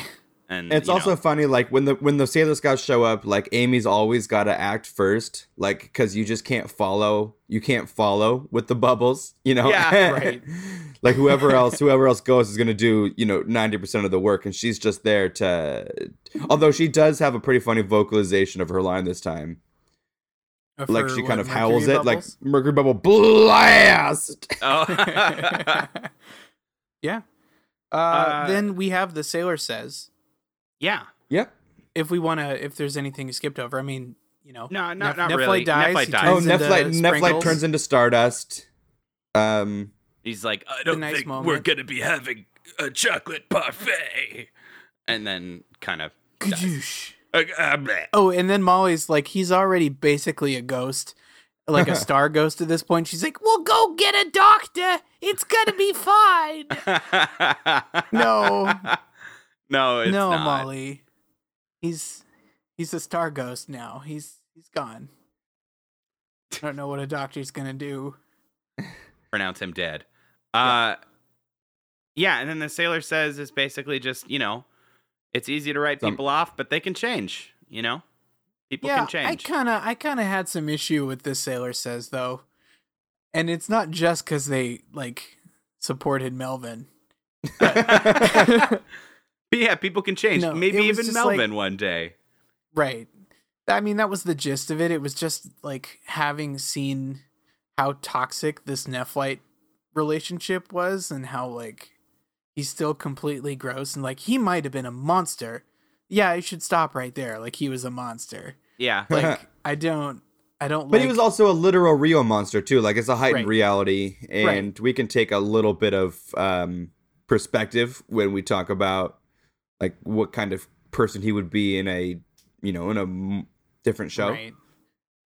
Speaker 2: And
Speaker 6: It's
Speaker 2: you
Speaker 6: also
Speaker 2: know,
Speaker 6: funny, like when the when the Sailor Scouts show up, like Amy's always got to act first, like because you just can't follow, you can't follow with the bubbles, you know.
Speaker 2: Yeah,
Speaker 1: right.
Speaker 6: like whoever else, whoever else goes is gonna do, you know, ninety percent of the work, and she's just there to. Although she does have a pretty funny vocalization of her line this time, like
Speaker 1: For
Speaker 6: she
Speaker 1: what,
Speaker 6: kind of
Speaker 1: mercury
Speaker 6: howls it, like
Speaker 1: bubbles?
Speaker 6: mercury bubble blast.
Speaker 2: oh,
Speaker 1: yeah. Uh,
Speaker 2: Uh,
Speaker 1: then we have the sailor says
Speaker 2: yeah.
Speaker 6: Yep.
Speaker 1: if we want to if there's anything you skipped over. I mean, you know,
Speaker 2: No, not-
Speaker 1: Neph-
Speaker 2: not
Speaker 1: Nephilim
Speaker 2: really.
Speaker 1: dies.
Speaker 2: Nephilim
Speaker 1: he
Speaker 2: dies.
Speaker 6: Oh,
Speaker 1: turns into
Speaker 6: Nephlite, Nephlite
Speaker 1: sprinkles.
Speaker 6: turns into Stardust. Um.
Speaker 2: He's like, I don't
Speaker 1: nice
Speaker 2: think we're
Speaker 1: moment.
Speaker 2: gonna be having a chocolate parfait. And then kind of.
Speaker 1: Kadoosh.
Speaker 2: Uh, uh, bleh.
Speaker 1: Oh, and then Molly's like, he's already basically a ghost, like a star ghost at this point. She's like, "Well, go get a doctor. It's gonna be fine." no,
Speaker 2: no, it's
Speaker 1: no,
Speaker 2: not.
Speaker 1: Molly. He's he's a star ghost now. He's he's gone. I don't know what a doctor's gonna do.
Speaker 2: pronounce him dead. Uh, yeah, and then the sailor says it's basically just you know, it's easy to write
Speaker 6: Some-
Speaker 2: people off, but they can change. You know, people
Speaker 1: yeah,
Speaker 2: can change.
Speaker 1: I kind of I kind of had some issue with this sailor says though, and it's not just because they like supported Melvin.
Speaker 2: But yeah, people can change.
Speaker 1: No,
Speaker 2: Maybe
Speaker 1: it was
Speaker 2: even
Speaker 1: just like-
Speaker 2: Melvin one day.
Speaker 1: Right. I mean, that was the gist of it. It was just like having seen how toxic this Nephlite relationship was and how like he's still completely gross and like he might have been a monster. Yeah, I should stop right there. Like he was a monster.
Speaker 2: Yeah,
Speaker 1: Like I don't I don't
Speaker 6: But
Speaker 1: like
Speaker 6: he was also a literal real monster too. Like it's a heightened
Speaker 1: Right.
Speaker 6: reality, and
Speaker 1: Right.
Speaker 6: we can take a little bit of um, perspective when we talk about like what kind of person he would be in a you know in a m- different show.
Speaker 1: right.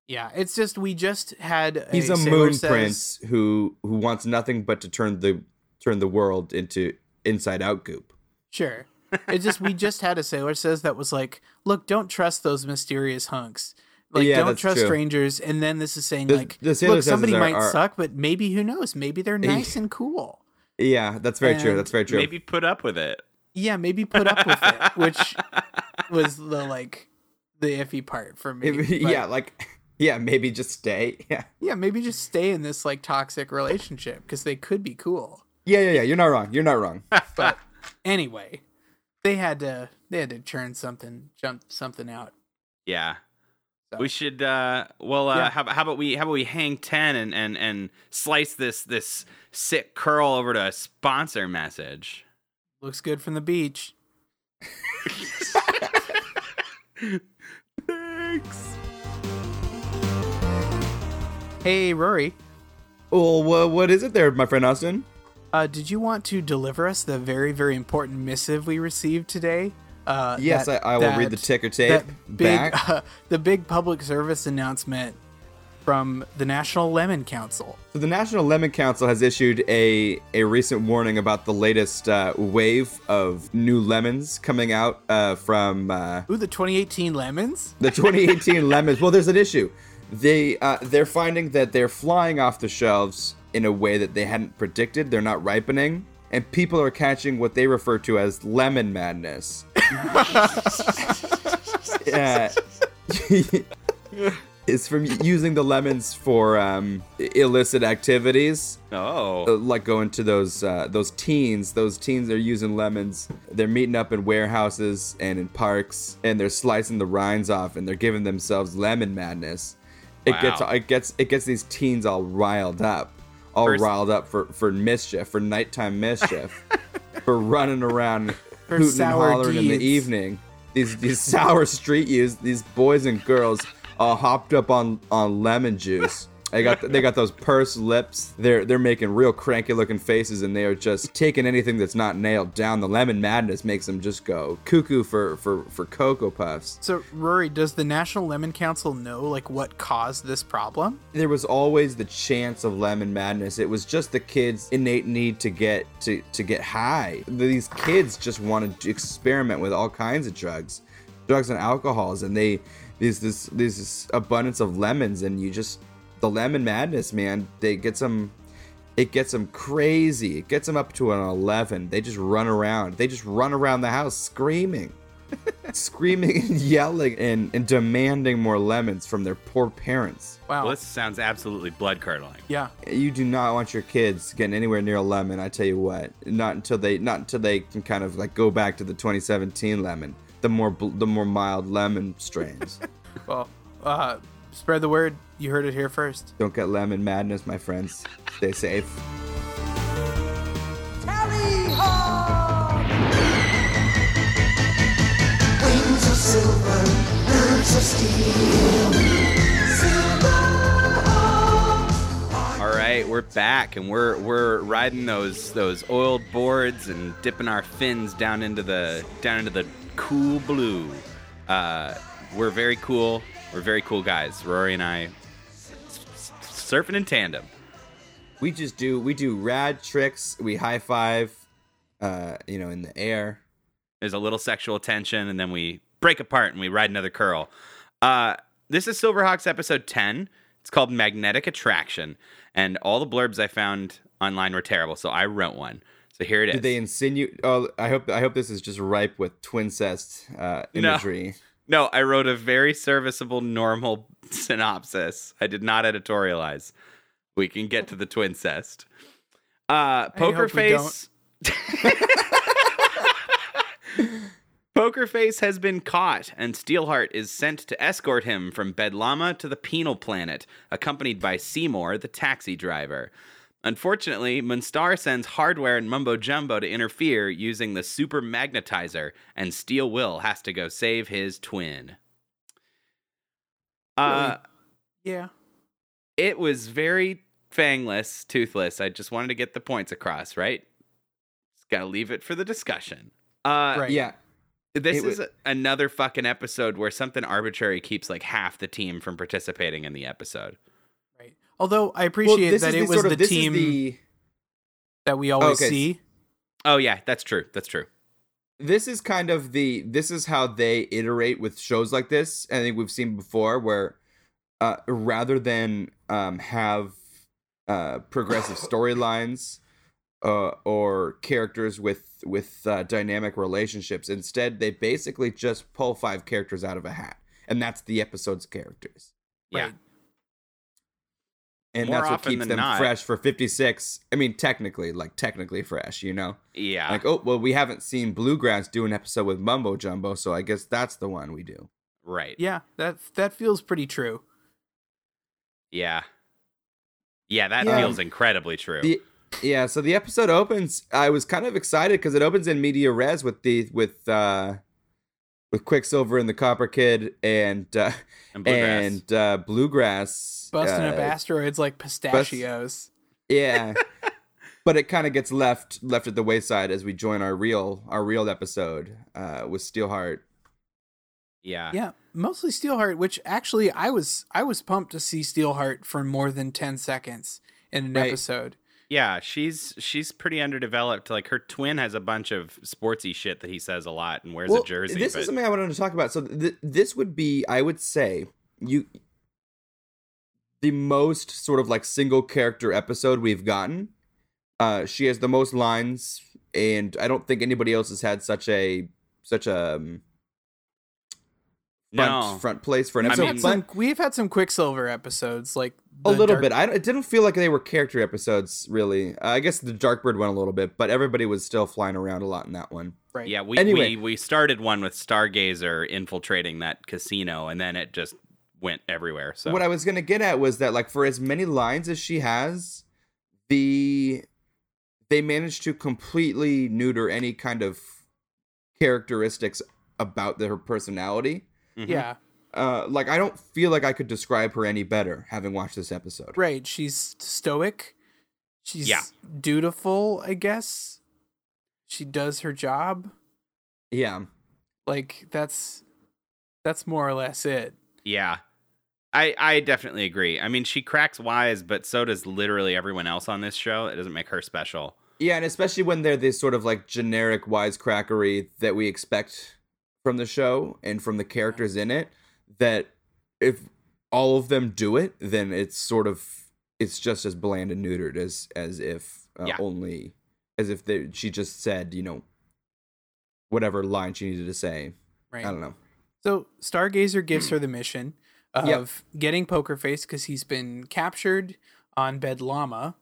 Speaker 1: Yeah, it's just we just had a
Speaker 6: He's a
Speaker 1: Sailor
Speaker 6: moon
Speaker 1: Says-
Speaker 6: prince who who wants nothing but to turn the turn the world into inside out goop.
Speaker 1: Sure. It just we just had a sailor says that was like, look, don't trust those mysterious hunks. Like
Speaker 6: Yeah,
Speaker 1: don't
Speaker 6: that's
Speaker 1: trust
Speaker 6: true.
Speaker 1: strangers. And then this is saying
Speaker 6: The-
Speaker 1: like,
Speaker 6: the Sailor
Speaker 1: look,
Speaker 6: Says
Speaker 1: somebody
Speaker 6: are-
Speaker 1: might
Speaker 6: are-
Speaker 1: suck, but maybe who knows? Maybe they're nice and cool.
Speaker 6: Yeah, that's very true.
Speaker 1: And
Speaker 6: That's very true.
Speaker 2: maybe put up with it.
Speaker 1: Yeah, maybe put up with it, which was the like the iffy part for me.
Speaker 6: If-
Speaker 1: But,
Speaker 6: yeah, like yeah, maybe just stay. Yeah.
Speaker 1: yeah, maybe just stay in this like toxic relationship because they could be cool.
Speaker 6: Yeah, yeah, yeah. You're not wrong. You're not wrong.
Speaker 1: But anyway, they had to they had to churn something, jump something out.
Speaker 2: Yeah.
Speaker 1: So-
Speaker 2: We should uh well uh
Speaker 1: Yeah.
Speaker 2: how, how about we how about we hang 10 and and and slice this this sick curl over to a sponsor message.
Speaker 1: Looks good from the beach. Hey, Rory,
Speaker 6: Well, wha- what is it there, my friend Austin?
Speaker 1: uh, did you want to deliver us the very, very important missive we received today? Uh,
Speaker 6: Yes, I- I will read the ticker tape
Speaker 1: that
Speaker 6: back.
Speaker 1: Big, uh, the big public service announcement from the National Lemon Council.
Speaker 6: So the National Lemon Council has issued a a recent warning about the latest uh, wave of new lemons coming out uh, from uh,
Speaker 1: Ooh, the 2018 lemons?
Speaker 6: the 2018 lemons. Well, there's an issue. They uh, they're finding that they're flying off the shelves in a way that they hadn't predicted. They're not ripening, and people are catching what they refer to as lemon madness. Yeah. it's from using the lemons for um, illicit activities uh,
Speaker 2: Oh.
Speaker 6: like going to those uh, those teens. Those teens are using lemons. They're meeting up in warehouses and in parks, and they're slicing the rinds off, and they're giving themselves lemon madness. It gets
Speaker 2: Wow.
Speaker 6: it gets it gets these teens all riled up, all
Speaker 2: First-
Speaker 6: riled up for for mischief, for nighttime mischief, for running around, hooting and
Speaker 1: sour
Speaker 6: hollering in
Speaker 1: deeds.
Speaker 6: the evening. These these sour street youths, these boys and girls, all hopped up on on lemon juice. They got they got those pursed lips. They're they're making real cranky looking faces, and they are just taking anything that's not nailed down. The lemon madness makes them just go cuckoo for for for cocoa puffs.
Speaker 1: So, Rory, does the National Lemon Council know like what caused this problem?
Speaker 6: There was always the chance of lemon madness. It was just the kids' innate need to get to to get high. These kids just wanted to experiment with all kinds of drugs, drugs and alcohols, and they there's this there's this abundance of lemons, and you just the lemon madness, man. They get some it gets them crazy. It gets them up to an 11. They just run around. They just run around the house screaming. screaming and yelling and, and demanding more lemons from their poor parents.
Speaker 1: Wow.
Speaker 2: Well, this sounds absolutely blood curdling.
Speaker 1: yeah.
Speaker 6: You do not want your kids getting anywhere near a lemon, I tell you what. Not until they not until they can kind of like go back to the 2017 lemon, the more bl- the more mild lemon strains.
Speaker 1: Well, uh, spread the word. You heard it here first.
Speaker 6: Don't get lemon madness, my friends. Stay safe.
Speaker 7: Wings of silver, birds of steel. Silver home.
Speaker 2: All right, we're back and we're we're riding those those oiled boards and dipping our fins down into the down into the cool blue. Uh, we're very cool. We're very cool guys. Rory and I s- s- surfing in tandem.
Speaker 6: We just do we do rad tricks. We high five, uh, you know, in the air.
Speaker 2: There's a little sexual tension, and then we break apart and we ride another curl. Uh, this is Silverhawks episode 10. It's called Magnetic Attraction, and all the blurbs I found online were terrible, so I wrote one. So here it is.
Speaker 6: Did they insinuate? Oh, I hope I hope this is just ripe with twincest uh,
Speaker 2: No.
Speaker 6: imagery.
Speaker 2: No, I wrote a very serviceable, normal synopsis. I did not editorialize. We can get to the twin cest. Uh, poker
Speaker 1: hope we don't.
Speaker 2: face. poker face has been caught, and Steelheart is sent to escort him from Bedlama to the penal planet, accompanied by Seymour, the taxi driver. Unfortunately, Munstar sends hardware and Mumbo Jumbo to interfere using the super magnetizer, and Steel Will has to go save his twin. Uh,
Speaker 1: Yeah.
Speaker 2: it was very fangless, toothless. I just wanted to get the points across, right? Just gotta leave it for the discussion. Uh,
Speaker 1: Right.
Speaker 6: Yeah,
Speaker 2: This
Speaker 6: It
Speaker 2: is
Speaker 6: wa-
Speaker 2: another fucking episode where something arbitrary keeps like half the team from participating in the episode.
Speaker 1: Right. Although I appreciate
Speaker 6: this
Speaker 1: that
Speaker 6: is
Speaker 1: it was
Speaker 6: sort of-
Speaker 1: the
Speaker 6: this is
Speaker 1: team
Speaker 6: the-
Speaker 1: that we always
Speaker 6: Okay.
Speaker 1: see.
Speaker 2: Oh yeah, that's true. That's true.
Speaker 6: this is kind of the this is how they iterate with shows like this. I think we've seen before where uh, rather than um, have uh, progressive storylines uh, or characters with with uh, dynamic relationships, instead they basically just pull five characters out of a hat, and that's the episode's characters.
Speaker 2: Yeah.
Speaker 1: Right.
Speaker 6: And
Speaker 2: More
Speaker 6: that's what
Speaker 2: often
Speaker 6: keeps
Speaker 2: than
Speaker 6: them
Speaker 2: not-
Speaker 6: fresh for 56. I mean, technically, like technically fresh, you know?
Speaker 2: Yeah.
Speaker 6: Like, oh, well, we haven't seen Bluegrass do an episode with Mumbo Jumbo, so I guess that's the one we do.
Speaker 2: right.
Speaker 1: Yeah. That that feels pretty true.
Speaker 2: Yeah. Yeah, that
Speaker 6: Yeah.
Speaker 2: feels incredibly true.
Speaker 6: The- yeah, so the episode opens. I was kind of excited because it opens in media res with the with uh with Quicksilver and the Copper Kid and uh
Speaker 2: and bluegrass.
Speaker 6: and uh Bluegrass
Speaker 1: Busting
Speaker 6: uh,
Speaker 1: up asteroids like pistachios.
Speaker 6: Yeah. but it kind of gets left left at the wayside as we join our real our real episode uh with Steelheart.
Speaker 2: yeah.
Speaker 1: yeah. Mostly Steelheart, which actually I was I was pumped to see Steelheart for more than ten seconds in an
Speaker 6: Right.
Speaker 1: episode.
Speaker 2: Yeah, she's she's pretty underdeveloped. Like her twin has a bunch of sportsy shit that he says a lot and wears
Speaker 6: Well,
Speaker 2: a jersey.
Speaker 6: This
Speaker 2: but
Speaker 6: is something I wanted to talk about. So th- this would be, I would say, you the most sort of like single character episode we've gotten. Uh, she has the most lines, and I don't think anybody else has had such a such a um, front,
Speaker 2: no,
Speaker 6: front place for an
Speaker 2: I
Speaker 6: episode.
Speaker 1: We've,
Speaker 2: mean-
Speaker 1: had
Speaker 6: but
Speaker 1: some, we've had some Quicksilver episodes, like
Speaker 6: a
Speaker 1: the
Speaker 6: little
Speaker 1: Dark-
Speaker 6: bit. I don't, it didn't feel like they were character episodes, really. Uh, I guess the Darkbird went a little bit, but everybody was still flying around a lot in that one.
Speaker 1: Right.
Speaker 2: yeah, we, we
Speaker 6: Anyway.
Speaker 2: we started one with Stargazer infiltrating that casino, and then it just went everywhere. So
Speaker 6: what I was gonna get at was that like for as many lines as she has, the they managed to completely neuter any kind of characteristics about the, her personality.
Speaker 2: Mhm.
Speaker 1: Yeah.
Speaker 6: Uh, like I don't feel like I could describe her any better having watched this episode.
Speaker 1: Right. She's stoic. She's
Speaker 2: Yeah.
Speaker 1: dutiful, I guess. She does her job.
Speaker 6: Yeah,
Speaker 1: Like that's that's more or less it.
Speaker 2: yeah, I I definitely agree. I mean, she cracks wise, but so does literally everyone else on this show. It doesn't make her special.
Speaker 6: yeah, and especially when they're this sort of like generic wisecrackery that we expect from the show and from the characters in it. That if all of them do it, then it's sort of it's just as bland and neutered as as if uh,
Speaker 2: Yeah.
Speaker 6: only as if they, she just said you know whatever line she needed to say.
Speaker 1: Right.
Speaker 6: I don't know.
Speaker 1: So Stargazer gives her the mission of
Speaker 6: Yep.
Speaker 1: getting Poker Face because he's been captured on Bedlama,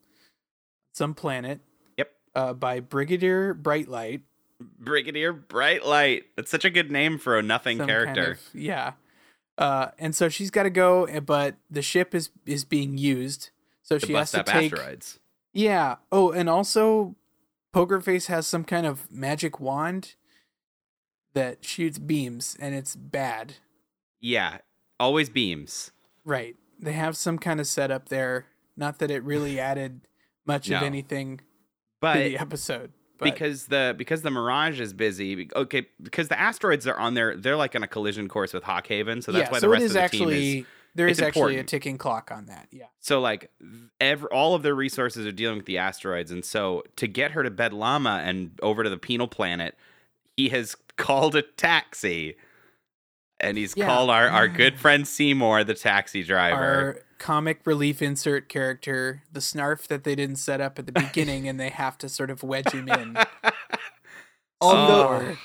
Speaker 1: some planet,
Speaker 2: Yep.
Speaker 1: uh, by Brigadier Brightlight.
Speaker 2: Brigadier Brightlight. That's such a good name for a nothing
Speaker 1: some kind
Speaker 2: character.
Speaker 1: of- yeah. Uh, and so she's got to go, eh, but the ship is is being used, so
Speaker 2: to
Speaker 1: she has
Speaker 2: bust
Speaker 1: to
Speaker 2: up
Speaker 1: take.
Speaker 2: asteroids.
Speaker 1: Yeah. Oh, and also, Poker Face has some kind of magic wand that shoots beams, and it's bad.
Speaker 2: Yeah. Always beams.
Speaker 1: Right. They have some kind of setup there. Not that it really added much of
Speaker 2: No.
Speaker 1: anything
Speaker 2: But
Speaker 1: to the episode. But
Speaker 2: because the because the Mirage is busy. be- Okay, because the asteroids are on there. They're like on a collision course with Hawkhaven, so that's
Speaker 1: yeah,
Speaker 2: why
Speaker 1: so
Speaker 2: the rest
Speaker 1: it
Speaker 2: of
Speaker 1: is
Speaker 2: the
Speaker 1: actually
Speaker 2: team is.
Speaker 1: there
Speaker 2: it's
Speaker 1: is actually a
Speaker 2: important.
Speaker 1: ticking clock on that. Yeah.
Speaker 2: So like, every, all of their resources are dealing with the asteroids, and so to get her to Bedlama and over to the penal planet, he has called a taxi, and he's
Speaker 1: Yeah.
Speaker 2: called our our good friend Seymour, the taxi driver.
Speaker 1: Our comic relief insert character, the snarf that they didn't set up at the beginning, and they have to sort of wedge him in.
Speaker 6: Although
Speaker 1: Or-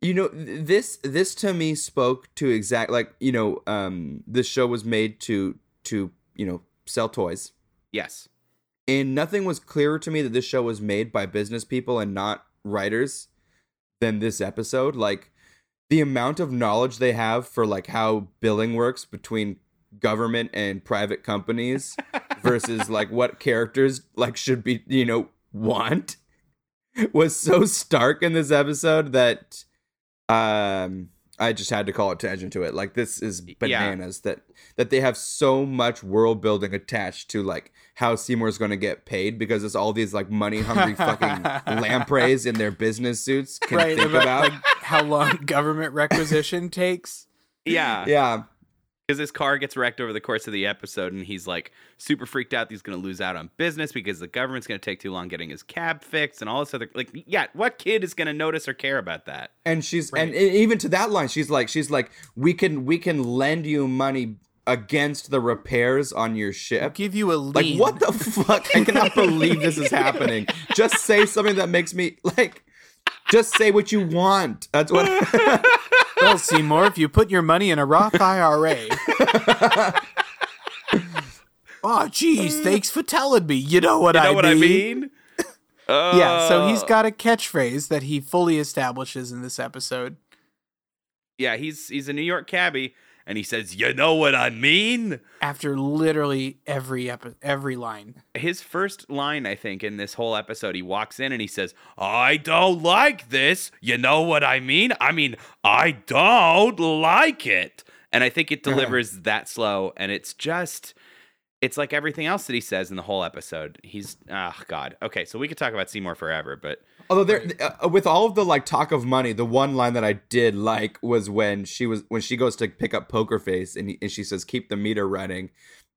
Speaker 6: you know th- this this to me spoke to exact like you know um this show was made to to you know sell toys
Speaker 2: yes.
Speaker 6: and nothing was clearer to me that this show was made by business people and not writers than this episode like the amount of knowledge they have for like how billing works between government and private companies versus like what characters like should be you know want was so stark in this episode that um I just had to call attention to it. Like this is bananas that that they have so much world building attached to like how Seymour's going to get paid because it's all these like money hungry fucking lampreys in their business suits can
Speaker 1: right
Speaker 6: think
Speaker 1: about,
Speaker 6: about.
Speaker 1: like how long government requisition takes.
Speaker 2: Yeah.
Speaker 6: yeah.
Speaker 2: because his car gets wrecked over the course of the episode and he's like super freaked out that he's going to lose out on business because the government's going to take too long getting his cab fixed and all this other like yeah what kid is going to notice or care about that
Speaker 6: and she's and e- even to that line she's like she's like we can we can lend you money against the repairs on your ship
Speaker 1: Give you a
Speaker 6: like
Speaker 1: lean.
Speaker 6: what the fuck i cannot believe this is happening just say something that makes me like just say what you want that's what
Speaker 1: well, Seymour, if you put your money in a Roth IRA. oh, geez, thanks for telling me. You know what,
Speaker 2: you know
Speaker 1: I,
Speaker 2: what
Speaker 1: mean?
Speaker 2: i mean
Speaker 1: Yeah, so he's
Speaker 2: Oh.
Speaker 1: got a catchphrase that he fully establishes in this episode.
Speaker 2: yeah he's he's a new york cabbie and he says you know what i mean
Speaker 1: After literally every epi- every line,
Speaker 2: his first line i think in this whole episode he walks in and he says i don't like this you know what i mean i mean i don't like it and i think it delivers that slow and it's just it's like everything else that he says in the whole episode he's ah god okay so we could talk about seymour forever but
Speaker 6: although there uh, with all of the like talk of money the one line that i did like was when she was when she goes to pick up poker face and, he- and she says keep the meter running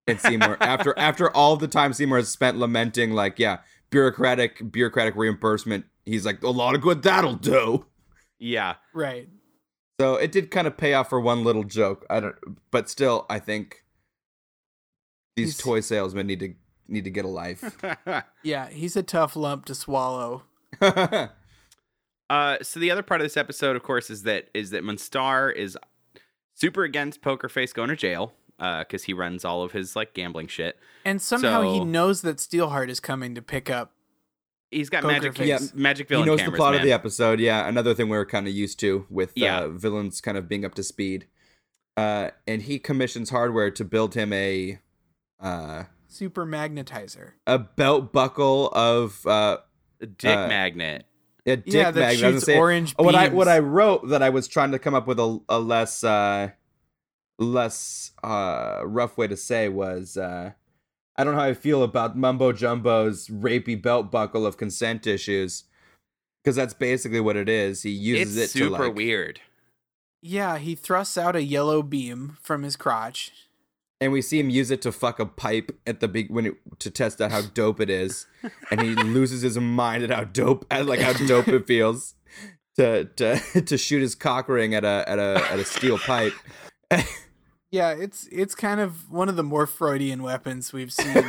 Speaker 6: and seymour after after all the time seymour has spent lamenting like yeah bureaucratic bureaucratic reimbursement he's like a lot of good that'll do
Speaker 2: yeah
Speaker 1: right?
Speaker 6: so it did kind of pay off for one little joke i don't but still i think these
Speaker 1: He's-
Speaker 6: toy salesmen need to need to get a life
Speaker 1: Yeah, he's a tough lump to swallow.
Speaker 2: Uh, so the other part of this episode, of course, is that is that Munstar is super against Poker Face going to jail because he runs all of his like gambling shit.
Speaker 1: And somehow he
Speaker 2: So-
Speaker 1: knows that Steelheart is coming to pick up.
Speaker 2: He's got
Speaker 1: Poker
Speaker 2: magic,
Speaker 1: Face. Yeah.
Speaker 2: magic
Speaker 6: he
Speaker 2: villain
Speaker 6: knows
Speaker 2: cameras.
Speaker 6: the plot
Speaker 2: man.
Speaker 6: of the episode. Yeah, another thing we were kind of used to with
Speaker 2: Yeah.
Speaker 6: uh, villains kind of being up to speed. Uh, and he commissions hardware to build him a uh,
Speaker 1: Super magnetizer.
Speaker 6: a belt buckle of uh,
Speaker 2: Dick
Speaker 6: uh,
Speaker 2: magnet.
Speaker 6: a dick
Speaker 1: Yeah, that
Speaker 6: magnet. I was gonna
Speaker 1: shoots
Speaker 6: say- oh,
Speaker 1: orange
Speaker 6: What I what
Speaker 1: beams.
Speaker 6: I wrote that I was trying to come up with a, a less uh, less uh, rough way to say was. Uh, I don't know how I feel about Mumbo Jumbo's rapey belt buckle of consent issues, because that's basically what it is. He
Speaker 2: It's
Speaker 6: uses it to
Speaker 2: super
Speaker 6: like,
Speaker 2: weird.
Speaker 1: Yeah, he thrusts out a yellow beam from his crotch.
Speaker 6: and we see him use it to fuck a pipe at the big when it, to test out how dope it is, and he loses his mind at how dope at like how dope it feels to to to shoot his cock ring at a at a at a steel pipe.
Speaker 1: Yeah, it's it's kind of one of the more Freudian weapons we've seen.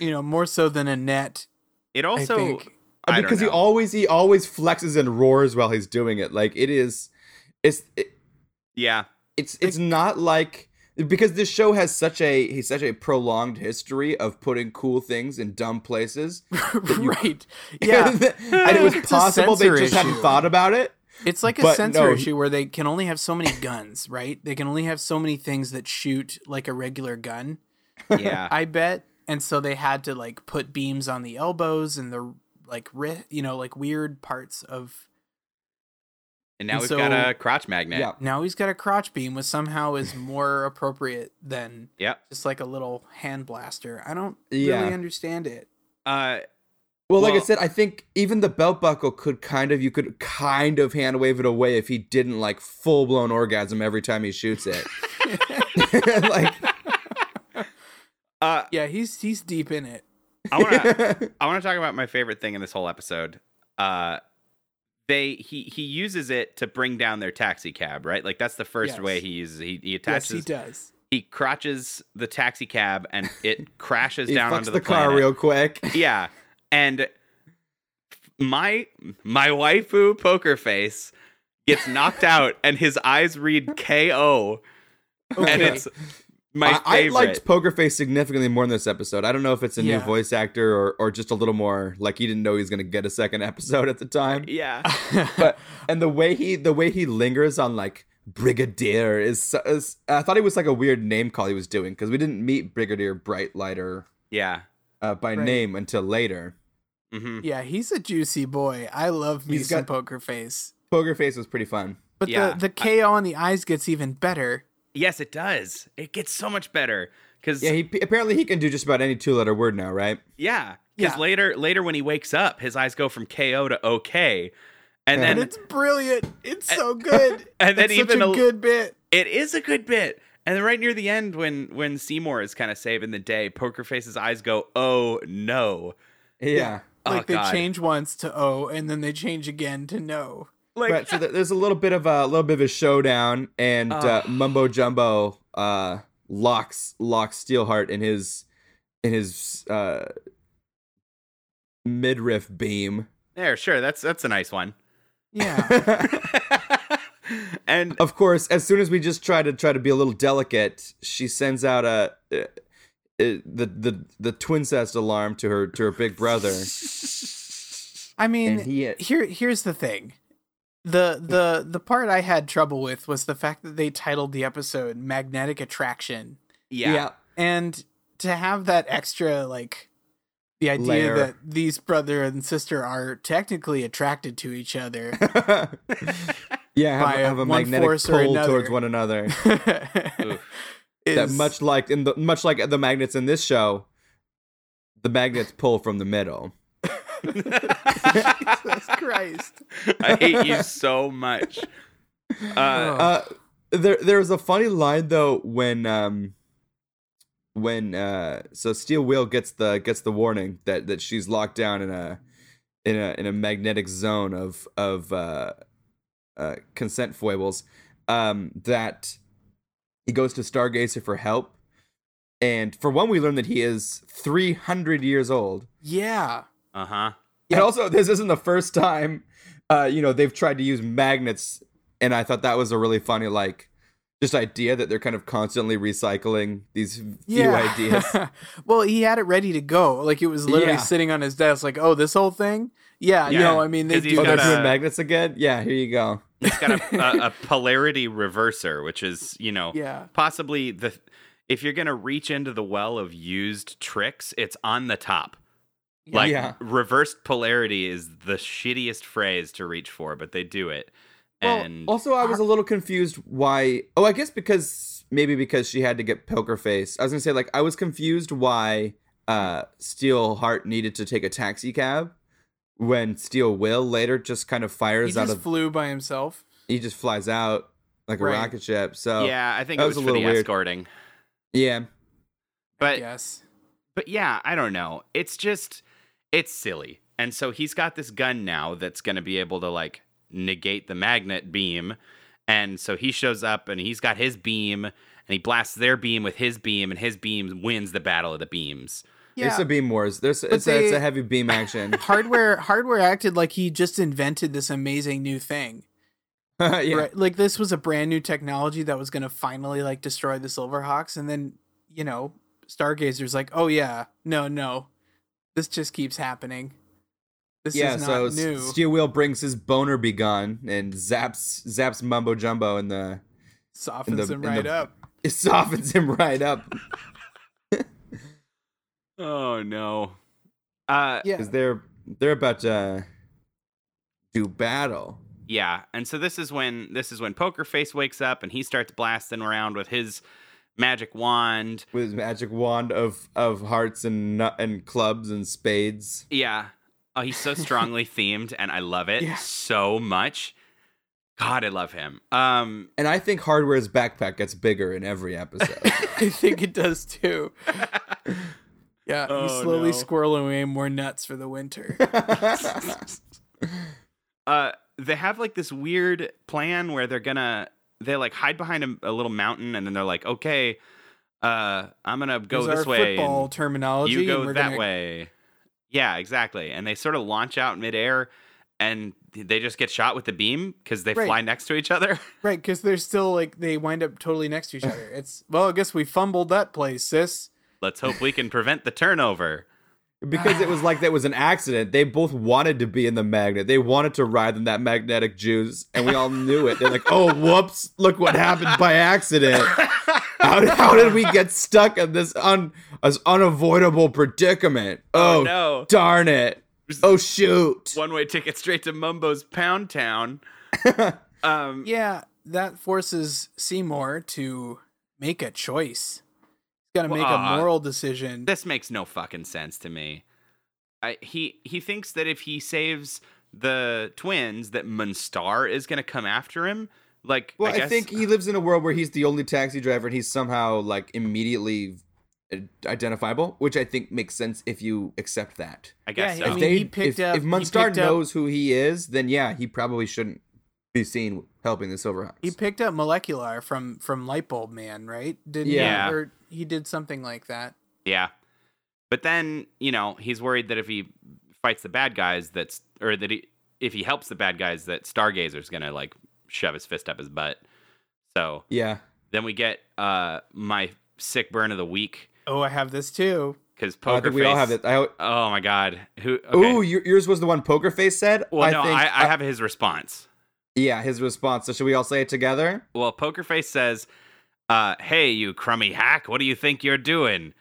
Speaker 1: you know, more so than a net.
Speaker 2: It
Speaker 1: I
Speaker 2: also
Speaker 1: think
Speaker 2: I don't
Speaker 6: because he
Speaker 2: know.
Speaker 6: always he always flexes and roars while he's doing it. Like it is, it's it,
Speaker 2: yeah.
Speaker 6: it's it's not like because this show has such a he's such a prolonged history of putting cool things in dumb places.
Speaker 1: right. Yeah.
Speaker 6: and it was
Speaker 1: It's a
Speaker 6: possible they
Speaker 1: censor
Speaker 6: just hadn't
Speaker 1: issue.
Speaker 6: thought about it.
Speaker 1: It's like a
Speaker 6: But
Speaker 1: sensor
Speaker 6: no, he-
Speaker 1: issue where they can only have so many guns, right? They can only have so many things that shoot like a regular gun,
Speaker 2: Yeah.
Speaker 1: I bet. And so they had to like put beams on the elbows and the like, ri- you know, like weird parts of.
Speaker 2: and now
Speaker 1: and
Speaker 2: we've
Speaker 1: so-
Speaker 2: got a crotch magnet.
Speaker 6: Yeah.
Speaker 1: Now he's got a crotch beam, which somehow is more appropriate than
Speaker 2: Yep.
Speaker 1: just like a little hand blaster. I don't
Speaker 6: Yeah.
Speaker 1: really understand it.
Speaker 2: Uh,
Speaker 6: Well, like I
Speaker 2: Well-
Speaker 6: said, I think even the belt buckle could kind of you could kind of hand wave it away if he didn't like full blown orgasm every time he shoots it. like
Speaker 2: uh,
Speaker 1: Yeah, he's he's deep in it.
Speaker 2: I want to. I want to talk about my favorite thing in this whole episode. Uh, they he he uses it to bring down their taxi cab, right? Like that's the first
Speaker 1: Yes.
Speaker 2: way he uses. it. He, he
Speaker 1: Yes, he
Speaker 2: attaches. he,
Speaker 1: does.
Speaker 2: crotches the taxi cab and it crashes
Speaker 6: he
Speaker 2: down
Speaker 6: fucks
Speaker 2: onto
Speaker 6: the,
Speaker 2: the,
Speaker 6: car
Speaker 2: planet.
Speaker 6: real quick.
Speaker 2: Yeah, and my my waifu poker face gets knocked out, and his eyes read KO, and
Speaker 1: Okay.
Speaker 2: it's my
Speaker 6: I, I
Speaker 2: favorite.
Speaker 6: liked Poker Face significantly more in this episode. I don't know if it's a
Speaker 1: Yeah.
Speaker 6: new voice actor or or just a little more like he didn't know he was gonna get a second episode at the time.
Speaker 2: yeah.
Speaker 6: but and the way he the way he lingers on like brigadier is, so- is i thought it was like a weird name call he was doing because we didn't meet brigadier brightlighter
Speaker 2: Yeah.
Speaker 6: uh, by
Speaker 1: Right.
Speaker 6: name until later
Speaker 2: hmm
Speaker 1: Yeah, he's a juicy boy. I love me
Speaker 6: He's
Speaker 1: some
Speaker 6: got-
Speaker 1: poker face.
Speaker 6: poker face was pretty fun
Speaker 1: But
Speaker 2: Yeah,
Speaker 1: the, the KO on the eyes gets even better.
Speaker 2: Yes, it does. It gets so much better because
Speaker 6: yeah he apparently he can do just about any two letter word now right
Speaker 2: yeah, because
Speaker 1: Yeah.
Speaker 2: later later when he wakes up, his eyes go from KO to OK, and
Speaker 1: And,
Speaker 2: then
Speaker 1: it's brilliant. It's so good.
Speaker 2: and then
Speaker 1: it's
Speaker 2: even
Speaker 1: such a
Speaker 2: a-
Speaker 1: good bit.
Speaker 2: it is a good bit. And then right near the end, when when Seymour is kind of saving the day, Poker Face's eyes go oh no,
Speaker 6: yeah,
Speaker 2: Oh,
Speaker 1: Like they
Speaker 2: God.
Speaker 1: change once to O and then they change again to no.
Speaker 2: like
Speaker 6: right so th- there's a little bit of a little bit of a showdown and uh,
Speaker 2: Ah.
Speaker 6: mumbo jumbo uh locks locks steelheart in his in his uh midriff beam
Speaker 2: there, sure, that's that's a nice one.
Speaker 1: Yeah.
Speaker 2: and
Speaker 6: of course, as soon as we just try to try to be a little delicate, she sends out a uh, uh, the the the twincest alarm to her to her big brother.
Speaker 1: I mean,
Speaker 6: And he- uh,
Speaker 1: here here's the thing. The the the part I had trouble with was the fact that they titled the episode Magnetic Attraction.
Speaker 2: yeah,
Speaker 1: and to have that extra like the idea
Speaker 6: Layer.
Speaker 1: that these brother and sister are technically attracted to each other
Speaker 6: yeah, yeah. Have,
Speaker 1: By
Speaker 6: a- have a
Speaker 1: one
Speaker 6: magnetic
Speaker 1: force or
Speaker 6: pull
Speaker 1: another.
Speaker 6: towards one another. that
Speaker 1: is
Speaker 6: much like in the much like the magnets in this show, the magnets pull from the middle.
Speaker 1: Jesus Christ.
Speaker 2: I hate you so much. Uh,
Speaker 6: Uh, there there was a funny line though when um when uh so Steel Wheel gets the gets the warning that that she's locked down in a in a in a magnetic zone of of uh uh consent foibles um that he goes to Stargazer for help and for one we learn that he is 300 years old
Speaker 1: Yeah.
Speaker 2: uh huh.
Speaker 6: and also, this isn't the first time, uh, you know, they've tried to use magnets, and I thought that was a really funny, like, just idea that they're kind of constantly recycling these few
Speaker 1: Yeah.
Speaker 6: ideas.
Speaker 1: well, he had it ready to go. Like it was literally
Speaker 6: Yeah.
Speaker 1: sitting on his desk like, "Oh, this whole thing?" Yeah, you
Speaker 2: Yeah.
Speaker 1: know, I mean, they
Speaker 2: 'Cause he's
Speaker 1: do
Speaker 6: oh, they're
Speaker 2: got
Speaker 1: that.
Speaker 2: a-
Speaker 6: doing magnets again? Yeah, here you go.
Speaker 2: It's got a, a, a polarity reverser, which is you know
Speaker 1: Yeah.
Speaker 2: possibly the if you're gonna reach into the well of used tricks, it's on the top. Like
Speaker 6: Yeah.
Speaker 2: reversed polarity is the shittiest phrase to reach for, but they do it.
Speaker 1: Mm.
Speaker 2: and
Speaker 6: well, also, I was a little confused why. Oh, I guess because maybe because she had to get Poker Face. I was gonna say, like, I was confused why uh, Steel Heart needed to take a taxi cab when Steel Will later just kind of
Speaker 1: He
Speaker 6: fires out
Speaker 1: just
Speaker 6: of
Speaker 1: flew by himself.
Speaker 6: he just flies out like a
Speaker 1: Right.
Speaker 6: rocket ship. So
Speaker 2: yeah, I think
Speaker 6: that
Speaker 2: it
Speaker 6: was
Speaker 2: was, for
Speaker 6: a
Speaker 2: the
Speaker 6: little weird.
Speaker 2: escorting.
Speaker 6: yeah,
Speaker 2: But
Speaker 1: Yes.
Speaker 2: but yeah, I don't know. It's just it's silly. And so he's got this gun now that's going to be able to like negate the magnet beam. And so he shows up and he's got his beam and he blasts their beam with his beam and his beam wins the battle of the beams.
Speaker 1: Yeah.
Speaker 6: It's a beam wars. There's it's, a, it's
Speaker 1: they-
Speaker 6: a heavy beam action.
Speaker 1: hardware hardware acted like he just invented this amazing new thing.
Speaker 6: yeah.
Speaker 1: Right? Like this was a brand new technology that was going to finally like destroy the Silverhawks and then, you know, Stargazer's like, "Oh yeah. No, no. This just keeps happening." This
Speaker 6: yeah,
Speaker 1: is
Speaker 6: so
Speaker 1: not
Speaker 6: S-
Speaker 1: new.
Speaker 6: Steel Wheel brings his boner be gone and zaps zaps Mumbo Jumbo and the
Speaker 1: Softens
Speaker 6: in the-
Speaker 1: him
Speaker 6: in
Speaker 1: right
Speaker 6: the-
Speaker 1: up.
Speaker 6: it softens him right up
Speaker 2: Oh no. Uh
Speaker 1: Yeah.
Speaker 6: because they're they're about to do battle.
Speaker 2: yeah. And so this is when this is when Poker Face wakes up and he starts blasting around with his magic wand.
Speaker 6: with his magic wand of of hearts and nu- and clubs and spades.
Speaker 2: Yeah. Oh, he's so strongly themed and I love it
Speaker 1: Yeah.
Speaker 2: so much. God, I love him. Um
Speaker 6: And I think Hardware's backpack gets bigger in every episode.
Speaker 1: I think it does too. Yeah, he's
Speaker 2: Oh,
Speaker 1: slowly
Speaker 2: no.
Speaker 1: squirreling away more nuts for the winter.
Speaker 2: uh they have like this weird plan where they're gonna they like hide behind a, a little mountain and then they're like, "Okay, uh I'm going to go
Speaker 1: There's
Speaker 2: this
Speaker 1: our
Speaker 2: way." and-
Speaker 1: football terminology.
Speaker 2: you
Speaker 1: and
Speaker 2: go
Speaker 1: we're
Speaker 2: that
Speaker 1: gonna-
Speaker 2: way. Yeah, exactly. And they sort of launch out midair, and they just get shot with the beam because they
Speaker 1: Right.
Speaker 2: fly next to each other.
Speaker 1: Right, because they're still like they wind up totally next to each other. It's well, I guess we fumbled that place, sis.
Speaker 2: Let's hope we can prevent the turnover.
Speaker 6: because it was like that was an accident. They both wanted to be in the magnet. They wanted to ride in that magnetic juice, and we all knew it. They're like, "Oh, whoops! Look what happened by accident. How, how did we get stuck in this un this unavoidable predicament? Oh,
Speaker 2: no.
Speaker 6: darn it! Oh shoot!
Speaker 2: One way ticket straight to Mumbo's Pound Town. um,
Speaker 1: Yeah, that forces Seymour to make a choice. He's got to make
Speaker 2: Well, uh,
Speaker 1: a moral decision.
Speaker 2: This makes no fucking sense to me. I, he he thinks that if he saves the twins, that Munstar is gonna come after him. Like,
Speaker 6: Well,
Speaker 2: I,
Speaker 6: I,
Speaker 2: guess,
Speaker 6: think he lives in a world where he's the only taxi driver, and he's somehow like immediately uh, identifiable, which I think makes sense if you accept that.
Speaker 2: I guess
Speaker 1: Yeah,
Speaker 2: so.
Speaker 1: I mean, he picked
Speaker 6: if,
Speaker 1: up-
Speaker 6: if
Speaker 1: he
Speaker 6: Munstar
Speaker 1: picked up-
Speaker 6: knows who he is, then yeah, he probably shouldn't be seen helping the Silverhawks.
Speaker 1: He picked up molecular from from Lightbulb Man, right? Didn't
Speaker 6: Yeah.
Speaker 1: he? Or he did something like that.
Speaker 2: Yeah. But then, you know, he's worried that if he fights the bad guys that's or that he if he helps the bad guys that Stargazer's going to like shove his fist up his butt. So,
Speaker 6: yeah,
Speaker 2: then we get uh my sick burn of the week
Speaker 1: Oh, I have this too.
Speaker 2: cuz
Speaker 6: Oh,
Speaker 2: poker
Speaker 6: I think
Speaker 2: face.
Speaker 6: we all have it. I,
Speaker 2: Oh my god. Who okay.
Speaker 6: Ooh, your, yours was the one Poker Face said.
Speaker 2: Well, no,
Speaker 6: think-
Speaker 2: I, I have his response.
Speaker 6: yeah, his response. So should we all say it together?
Speaker 2: Well, Poker Face says, uh, "Hey, you crummy hack, what do you think you're doing?"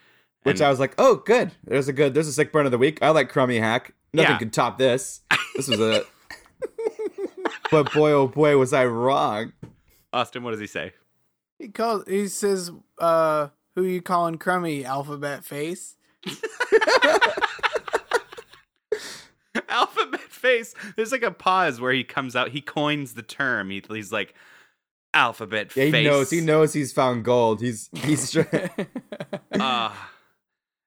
Speaker 6: Which
Speaker 2: And-
Speaker 6: I was like, oh, good. There's a good. There's a sick burn of the week. I like crummy hack. Nothing
Speaker 2: Yeah.
Speaker 6: can top this. This was a. but boy, oh boy, was I wrong.
Speaker 2: Austin, what does he say?
Speaker 1: He calls. He says, "Uh, who you calling crummy? Alphabet face."
Speaker 2: alphabet face. There's like a pause where he comes out. He coins the term. He, he's like alphabet
Speaker 6: Yeah, he
Speaker 2: face.
Speaker 6: knows. He knows he's found gold. He's he's. Str-
Speaker 2: Ah.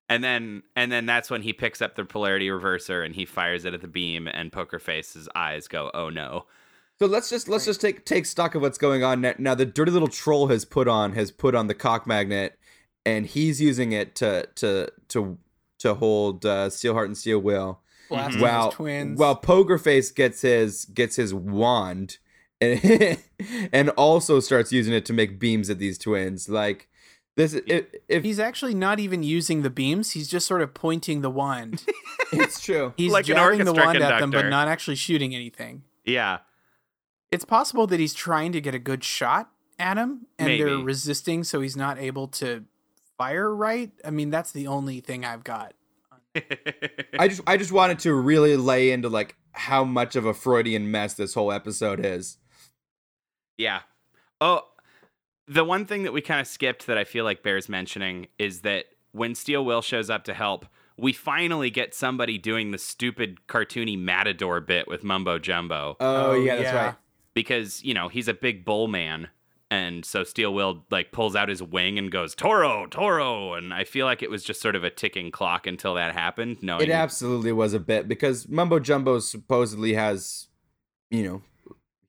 Speaker 2: and then and then that's when he picks up the polarity reverser and he fires it at the beam and poker face's eyes go oh no
Speaker 6: So let's just let's just take take stock of what's going on now. Now the dirty little troll has put on has put on the cock magnet, and he's using it to to to to hold uh, Steelheart and Steel Will.
Speaker 2: Mm-hmm.
Speaker 1: Blasting
Speaker 6: While
Speaker 1: his twins.
Speaker 6: while Poker Face gets his gets his wand, and and also starts using it to make beams at these twins. Like this, if, if
Speaker 1: He's actually not even using the beams. He's just sort of pointing the wand.
Speaker 6: it's true,
Speaker 1: He's
Speaker 2: Like an
Speaker 1: jabbing the
Speaker 2: orchestra
Speaker 1: wand at them, but
Speaker 2: conductor.
Speaker 1: not actually shooting anything.
Speaker 2: yeah
Speaker 1: It's possible that he's trying to get a good shot at him, and they're
Speaker 2: Maybe.
Speaker 1: resisting, so he's not able to fire right. I mean, that's the only thing I've got.
Speaker 6: I just I just wanted to really lay into like how much of a Freudian mess this whole episode is.
Speaker 2: yeah oh the one thing that we kind of skipped that i feel like bears mentioning is that when steel will shows up to help we finally get somebody doing the stupid cartoony matador bit with mumbo jumbo
Speaker 6: Oh, yeah, that's
Speaker 1: yeah.
Speaker 6: right.
Speaker 2: because you know he's a big bull man and so steel will like pulls out his wing and goes toro toro and i feel like it was just sort of a ticking clock until that happened no
Speaker 6: It absolutely was a bit because Mumbo Jumbo supposedly has, you know,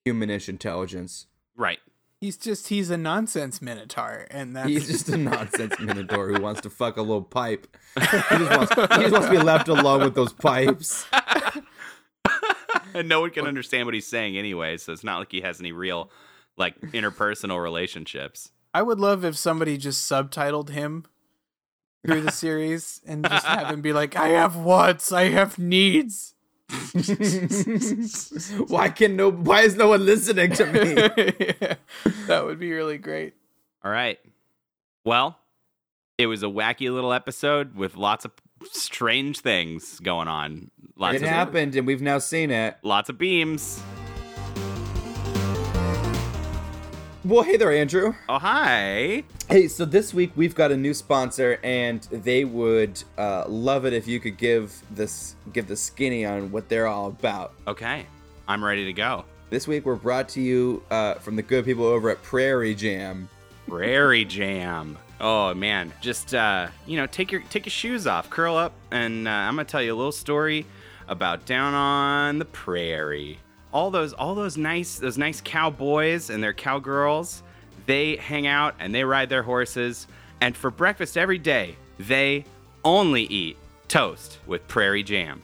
Speaker 6: humanish intelligence.
Speaker 2: right
Speaker 1: He's just he's a nonsense minotaur, and that's
Speaker 6: He's just a nonsense minotaur who wants to fuck a little pipe. He just wants, he just wants to be left alone with those pipes.
Speaker 2: and no one can understand what he's saying anyway. So it's not like he has any real like interpersonal relationships.
Speaker 1: I would love if somebody just subtitled him through the series and just have him be like, I have wants, I have needs.
Speaker 6: Why can no? Why is no one listening to me?
Speaker 1: Yeah, that would be really great.
Speaker 2: All right. Well, it was a wacky little episode with lots of strange things going on. Lots
Speaker 6: It
Speaker 2: of
Speaker 6: happened, and we've now seen it.
Speaker 2: lots of beams.
Speaker 6: Well, hey there, Andrew.
Speaker 2: Oh hi.
Speaker 6: Hey, so this week we've got a new sponsor, and they would uh, love it if you could give this give the skinny on what they're all about.
Speaker 2: Okay. I'm ready to go.
Speaker 6: This week we're brought to you uh, from the good people over at Prairie Jam.
Speaker 2: Prairie jam. Oh man, just uh, you know, take your take your shoes off, curl up, and uh, I'm gonna tell you a little story about down on the prairie. All those all those nice those nice cowboys and their cowgirls, they hang out and they ride their horses, and for breakfast every day they only eat toast with prairie jam.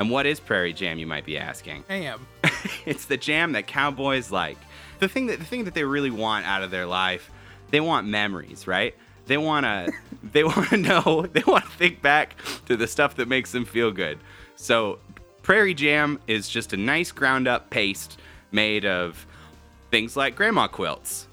Speaker 2: And what is prairie jam, you might be asking?
Speaker 1: I am.
Speaker 2: it's the jam that cowboys like. The thing that the thing that they really want out of their life, they want memories, right? They wanna they wanna know they wanna think back to the stuff that makes them feel good. So prairie jam is just a nice ground up paste made of things like grandma quilts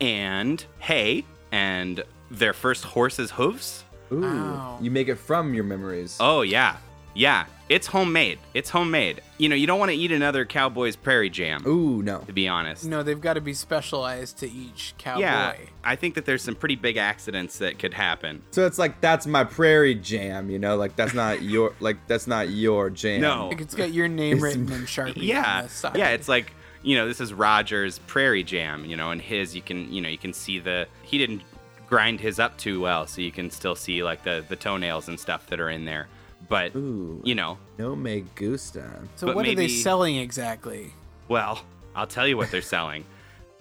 Speaker 2: and hay and their first horse's hooves.
Speaker 6: Ooh,
Speaker 1: Wow.
Speaker 6: you make it from your memories.
Speaker 2: Oh yeah. Yeah. It's homemade. It's homemade. You know, you don't want to eat another cowboy's prairie jam
Speaker 6: Ooh, no.
Speaker 2: to be honest.
Speaker 1: No, they've got to be specialized to each cowboy.
Speaker 2: yeah, I think that there's some pretty big accidents that could happen.
Speaker 6: So it's like that's my Prairie Jam, you know, like that's not your like that's not your jam.
Speaker 2: No.
Speaker 1: Like it's got your name written in Sharpie. On
Speaker 2: Yeah,
Speaker 1: the side.
Speaker 2: yeah, it's like you know, this is Roger's Prairie Jam, you know, and his you can you know you can see the he didn't grind his up too well, so you can still see like the the toenails and stuff that are in there. But
Speaker 6: Ooh.
Speaker 2: you know,
Speaker 6: No me gusta.
Speaker 1: So
Speaker 2: but
Speaker 1: what are they
Speaker 2: maybe-
Speaker 1: selling exactly?
Speaker 2: Well, I'll tell you what they're selling.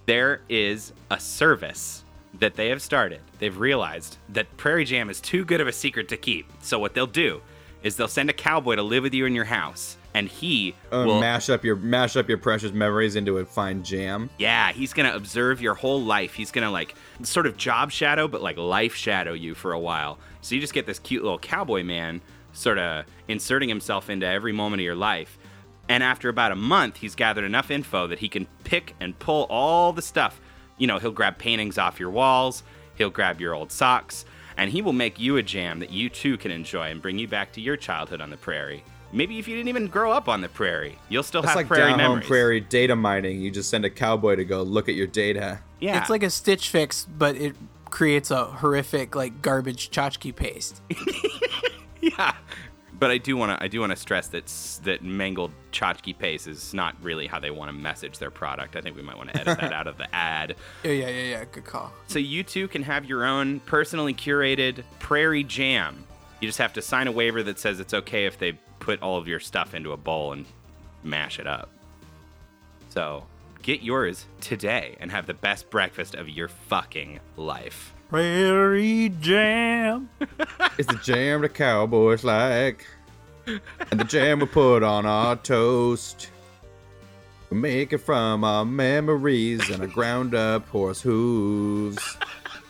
Speaker 2: there is a service that they have started. They've realized that Prairie Jam is too good of a secret to keep. So what they'll do is they'll send a cowboy to live with you in your house, and he
Speaker 6: Uh,
Speaker 2: will.
Speaker 6: mash up your mash up your precious memories into a fine jam.
Speaker 2: yeah, he's gonna observe your whole life. He's gonna like sort of job shadow, but like life shadow you for a while. So you just get this cute little cowboy man sort of inserting himself into every moment of your life. And after about a month, he's gathered enough info that he can pick and pull all the stuff. You know, he'll grab paintings off your walls, he'll grab your old socks, and he will make you a jam that you too can enjoy and bring you back to your childhood on the prairie. Maybe if you didn't even grow up on the prairie, you'll still
Speaker 6: That's
Speaker 2: have
Speaker 6: like
Speaker 2: prairie
Speaker 6: down
Speaker 2: memories.
Speaker 6: home prairie data mining. You just send a cowboy to go look at your data.
Speaker 2: Yeah,
Speaker 1: It's like a Stitch Fix, but it creates a horrific like garbage tchotchke paste.
Speaker 2: yeah. But I do want to I do want to stress that s- that mangled tchotchke paste is not really how they want to message their product. I think we might want to edit that out of the ad.
Speaker 1: Yeah, yeah, yeah, yeah. Good call.
Speaker 2: So you too can have your own personally curated prairie jam. You just have to sign a waiver that says it's okay if they put all of your stuff into a bowl and mash it up. So get yours today and have the best breakfast of your fucking life.
Speaker 1: Prairie Jam.
Speaker 6: It's the jam the cowboys like. And the jam we put on our toast. We make it from our memories and our ground up horse hooves.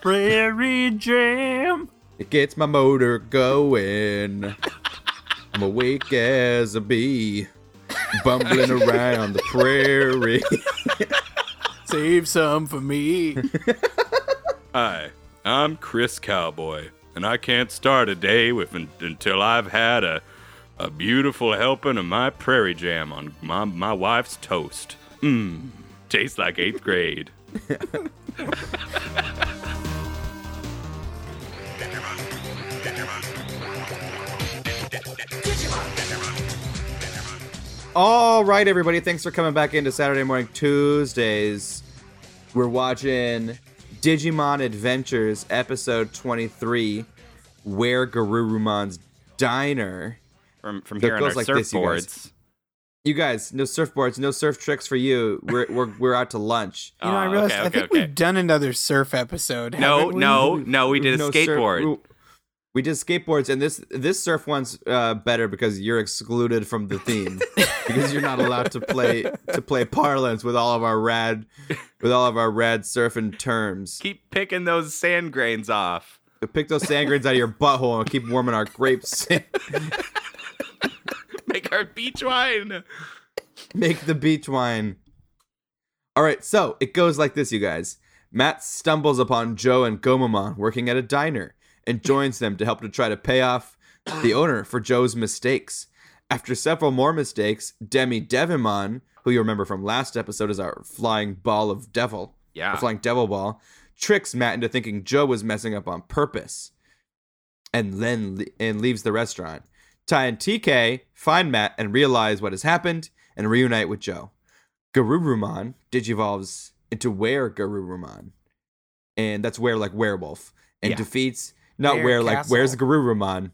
Speaker 1: Prairie Jam.
Speaker 6: It gets my motor going. I'm awake as a bee, bumbling around the prairie.
Speaker 1: Save some for me.
Speaker 2: Hi, I'm Chris Cowboy, and I can't start a day with until I've had a a beautiful helping of my prairie jam on my, my wife's toast. Mmm, tastes like eighth grade.
Speaker 6: All right, everybody. Thanks for coming back into Saturday Morning Tuesdays. We're watching Digimon Adventures, episode 23, Where Garurumon's Diner.
Speaker 2: From from
Speaker 6: That
Speaker 2: here on our
Speaker 6: goes like this, you guys.
Speaker 2: surfboards,
Speaker 6: you guys, no surfboards, no surf tricks for you. We're we're we're out to lunch.
Speaker 1: You know, I
Speaker 2: Oh,
Speaker 1: realized
Speaker 2: okay,
Speaker 1: I
Speaker 2: okay,
Speaker 1: think
Speaker 2: okay.
Speaker 1: we've done another surf episode.
Speaker 2: No,
Speaker 1: haven't we?
Speaker 2: no, no. We did a
Speaker 6: No surf-
Speaker 2: skateboard.
Speaker 6: we- we did skateboards, and this this surf one's uh, better because you're excluded from the theme because you're not allowed to play to play parlance with all of our rad with all of our rad surfing terms.
Speaker 2: Keep picking those sand grains off.
Speaker 6: Pick those sand grains out of your butthole and keep warming our grapes.
Speaker 2: Make our beach wine.
Speaker 6: Make the beach wine. All right, so it goes like this, you guys. Matt stumbles upon Joe and Gomamon working at a diner and joins them to help to try to pay off the owner for Joe's mistakes. After several more mistakes, Demi Devimon, who you remember from last episode as our flying ball of devil,
Speaker 2: Yeah.
Speaker 6: the flying devil ball, tricks Matt into thinking Joe was messing up on purpose and then le- and leaves the restaurant. Ty and TK find Matt and realize what has happened and reunite with Joe. Garurumon digivolves into where Garurumon, and that's where like werewolf and
Speaker 2: Yeah.
Speaker 6: defeats not
Speaker 1: Were
Speaker 6: where like
Speaker 1: castle.
Speaker 6: where's Garurumon,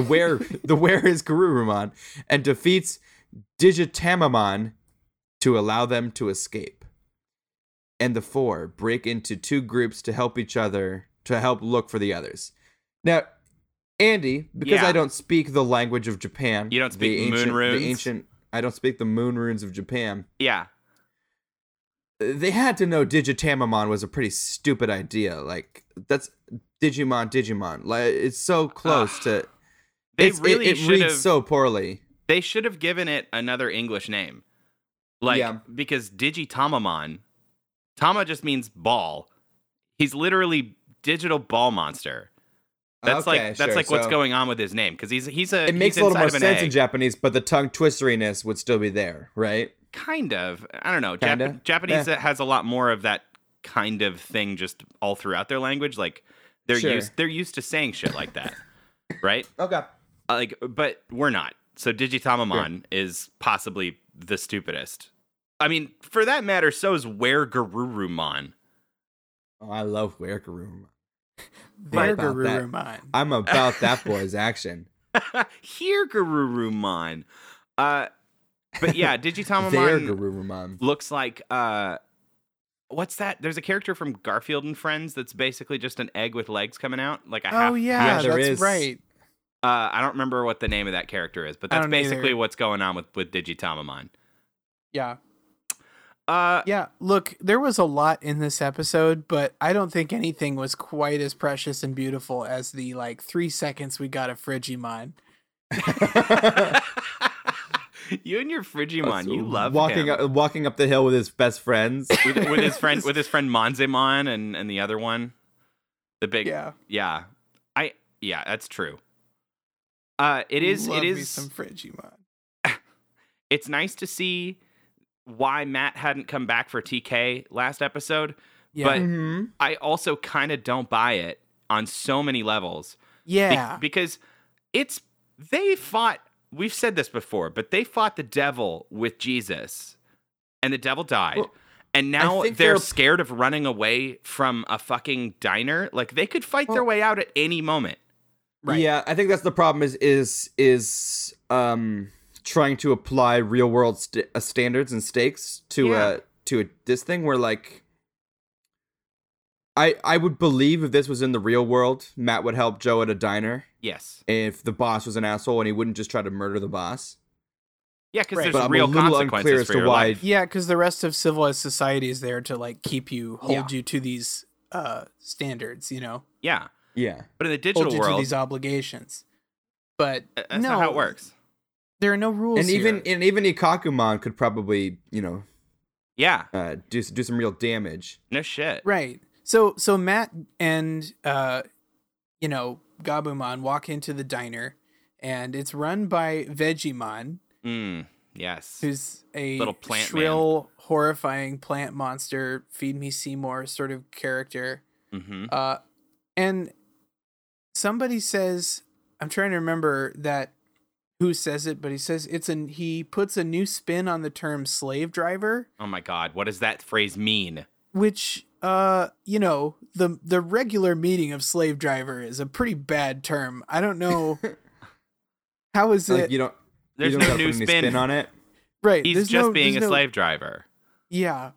Speaker 6: where the where is Garurumon and defeats Digitamamon to allow them to escape. And the four break into two groups to help each other to help look for the others. Now, Andy, because
Speaker 2: Yeah.
Speaker 6: I don't speak the language of Japan,
Speaker 2: You don't
Speaker 6: the
Speaker 2: speak moon
Speaker 6: ancient-
Speaker 2: runes?
Speaker 6: The ancient, I don't speak the moon runes of Japan.
Speaker 2: Yeah.
Speaker 6: They had to know Digitamamon was a pretty stupid idea. Like that's Digimon, Digimon. Like it's so close to.
Speaker 2: They
Speaker 6: it's- it-
Speaker 2: really
Speaker 6: it,
Speaker 2: should
Speaker 6: reads
Speaker 2: have.
Speaker 6: so poorly.
Speaker 2: they should have given it another English name, like
Speaker 6: Yeah.
Speaker 2: because Digitamamon, Tama just means ball. He's literally digital ball monster. That's
Speaker 6: Okay,
Speaker 2: like that's
Speaker 6: sure,
Speaker 2: like what's
Speaker 6: so-
Speaker 2: going on with his name because he's he's a
Speaker 6: It makes a
Speaker 2: he's
Speaker 6: little more
Speaker 2: inside of an
Speaker 6: sense in
Speaker 2: egg.
Speaker 6: Japanese, but the tongue twisteriness would still be there, right?
Speaker 2: kind of i don't know
Speaker 6: Kinda?
Speaker 2: Jap- japanese
Speaker 6: Yeah.
Speaker 2: has a lot more of that kind of thing just all throughout their language like they're
Speaker 6: Sure.
Speaker 2: used they're used to saying shit like that right
Speaker 6: Okay.
Speaker 2: Uh, like but we're not so digitamamon is possibly the stupidest i mean for that matter so is where garurumon
Speaker 6: Oh, I love Werkerum.
Speaker 1: There,
Speaker 6: About that.
Speaker 1: Garurumon.
Speaker 6: I'm about that boy's action.
Speaker 2: here garurumon uh but yeah
Speaker 6: There,
Speaker 2: digitamamon
Speaker 6: Garurumon.
Speaker 2: looks like uh what's that there's a character from garfield and friends that's basically just an egg with legs coming out like a half
Speaker 1: Oh yeah,
Speaker 6: Yeah, there
Speaker 1: that's
Speaker 6: is.
Speaker 1: right.
Speaker 2: uh i don't remember what the name of that character is but
Speaker 1: I
Speaker 2: that's
Speaker 1: don't
Speaker 2: basically
Speaker 1: either.
Speaker 2: what's going on with with digitamamon
Speaker 1: Yeah,
Speaker 2: uh
Speaker 1: yeah. Look, there was a lot in this episode, but I don't think anything was quite as precious and beautiful as the like three seconds we got a Frigimon.
Speaker 2: you and your frigimon you love
Speaker 6: walking
Speaker 2: him.
Speaker 6: up, walking up the hill with his best friends.
Speaker 2: with, with his friend with his friend monzemon and and the other one the big
Speaker 1: Yeah,
Speaker 2: yeah i yeah that's true uh it is
Speaker 1: Love
Speaker 2: it
Speaker 1: me
Speaker 2: is
Speaker 1: some Frigimon.
Speaker 2: it's nice to see why Matt hadn't come back for TK last episode,
Speaker 1: Yeah,
Speaker 2: but
Speaker 6: hmm
Speaker 2: I also kind of don't buy it on so many levels Be-
Speaker 1: yeah,
Speaker 2: because it's they fought we've said this before, but they fought the devil with Jesus and the devil died.
Speaker 6: Well,
Speaker 2: and now they're,
Speaker 6: think they're-
Speaker 2: scared of running away from a fucking diner. Like they could fight their
Speaker 6: Well-
Speaker 2: way out at any moment.
Speaker 1: right.
Speaker 6: Yeah, I think that's the problem. Is is is um trying to apply real world st- uh, standards and stakes to
Speaker 2: Yeah.
Speaker 6: uh to a, this thing where like. I, I would believe if this was in the real world, Matt would help Joe at a diner
Speaker 2: Yes.
Speaker 6: if the boss was an asshole and he wouldn't just try to murder the boss.
Speaker 2: Yeah, because
Speaker 1: Right.
Speaker 2: there's
Speaker 6: But I'm a
Speaker 2: real
Speaker 6: little unclear
Speaker 2: consequences
Speaker 6: as
Speaker 2: for
Speaker 6: to
Speaker 2: your
Speaker 6: why-
Speaker 2: life.
Speaker 1: Yeah, because the rest of civilized society is there to like keep you, hold
Speaker 6: Yeah.
Speaker 1: you to these uh standards, you know,
Speaker 2: Yeah.
Speaker 6: Yeah.
Speaker 2: But in the
Speaker 1: hold
Speaker 2: digital
Speaker 1: you to
Speaker 2: world,
Speaker 1: these obligations. But
Speaker 2: Uh, That's
Speaker 1: no,
Speaker 2: not how it works.
Speaker 1: There are no rules.
Speaker 6: and even
Speaker 1: here.
Speaker 6: and even Ikakumon could probably you know
Speaker 2: Yeah.
Speaker 6: uh, do do some real damage.
Speaker 2: No shit.
Speaker 1: right. So so Matt and uh, you know Gabumon walk into the diner, and it's run by Vegemon,
Speaker 2: Mm, yes.
Speaker 1: who's a
Speaker 2: Little plant
Speaker 1: shrill, horrifying plant monster, feed me Seymour sort of character.
Speaker 2: hmm
Speaker 1: Uh, and somebody says, I'm trying to remember that who says it, but he says it's an he puts a new spin on the term slave driver,
Speaker 2: Oh my god, what does that phrase mean?
Speaker 1: which uh you know the the regular meaning of slave driver is a pretty bad term. I don't know how is
Speaker 6: Like
Speaker 1: it.
Speaker 6: you don't
Speaker 2: There's
Speaker 6: you don't
Speaker 2: no
Speaker 6: gotta
Speaker 2: new
Speaker 6: put any
Speaker 2: spin.
Speaker 6: on it.
Speaker 1: Right.
Speaker 2: He's
Speaker 1: there's
Speaker 2: just
Speaker 1: no-
Speaker 2: being a
Speaker 1: there's no-
Speaker 2: slave driver.
Speaker 1: Yeah.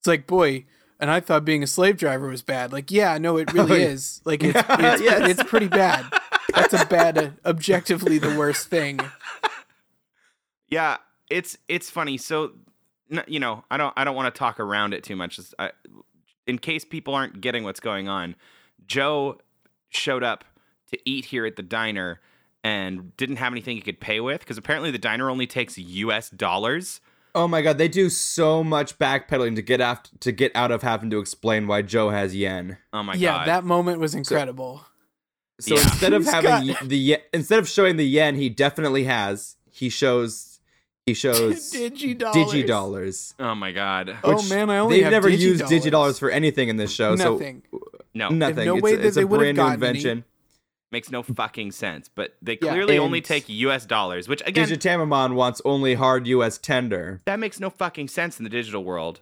Speaker 1: It's like, boy, and I thought being a slave driver was bad. Like, yeah, no, it really is. Like, it's, it's,
Speaker 6: Yes.
Speaker 1: it's pretty bad. That's a bad, uh, objectively the worst thing.
Speaker 2: Yeah, it's it's funny. So, n- you know, I don't I don't want to talk around it too much. Just, I, in case people aren't getting what's going on, Joe showed up to eat here at the diner and didn't have anything he could pay with because apparently the diner only takes U.S. dollars.
Speaker 6: Oh my god, they do so much backpedaling to get after, to get out of having to explain why Joe has yen.
Speaker 2: Oh my
Speaker 1: yeah,
Speaker 2: god!
Speaker 1: that moment was incredible.
Speaker 6: So
Speaker 2: Yeah.
Speaker 6: instead of
Speaker 1: He's
Speaker 6: having
Speaker 1: got-
Speaker 6: y- the yen, instead of showing the yen, he definitely has. He shows he shows
Speaker 1: Digidollars.
Speaker 6: digi dollars.
Speaker 2: oh my god!
Speaker 1: Oh man, I only
Speaker 6: They've
Speaker 1: have
Speaker 6: never used
Speaker 1: digidollars.
Speaker 6: digi for anything in this show.
Speaker 1: Nothing.
Speaker 2: No,
Speaker 6: So nothing.
Speaker 1: no
Speaker 6: it's
Speaker 1: way
Speaker 6: a,
Speaker 1: that
Speaker 6: it's a
Speaker 1: they would've
Speaker 6: brand new
Speaker 1: gotten any.
Speaker 6: invention.
Speaker 2: makes no fucking sense. But they
Speaker 1: Yeah,
Speaker 2: clearly only
Speaker 1: and-
Speaker 2: take U.S. dollars, which again,
Speaker 6: Digitamamon wants only hard US tender.
Speaker 2: that makes no fucking sense in the digital world.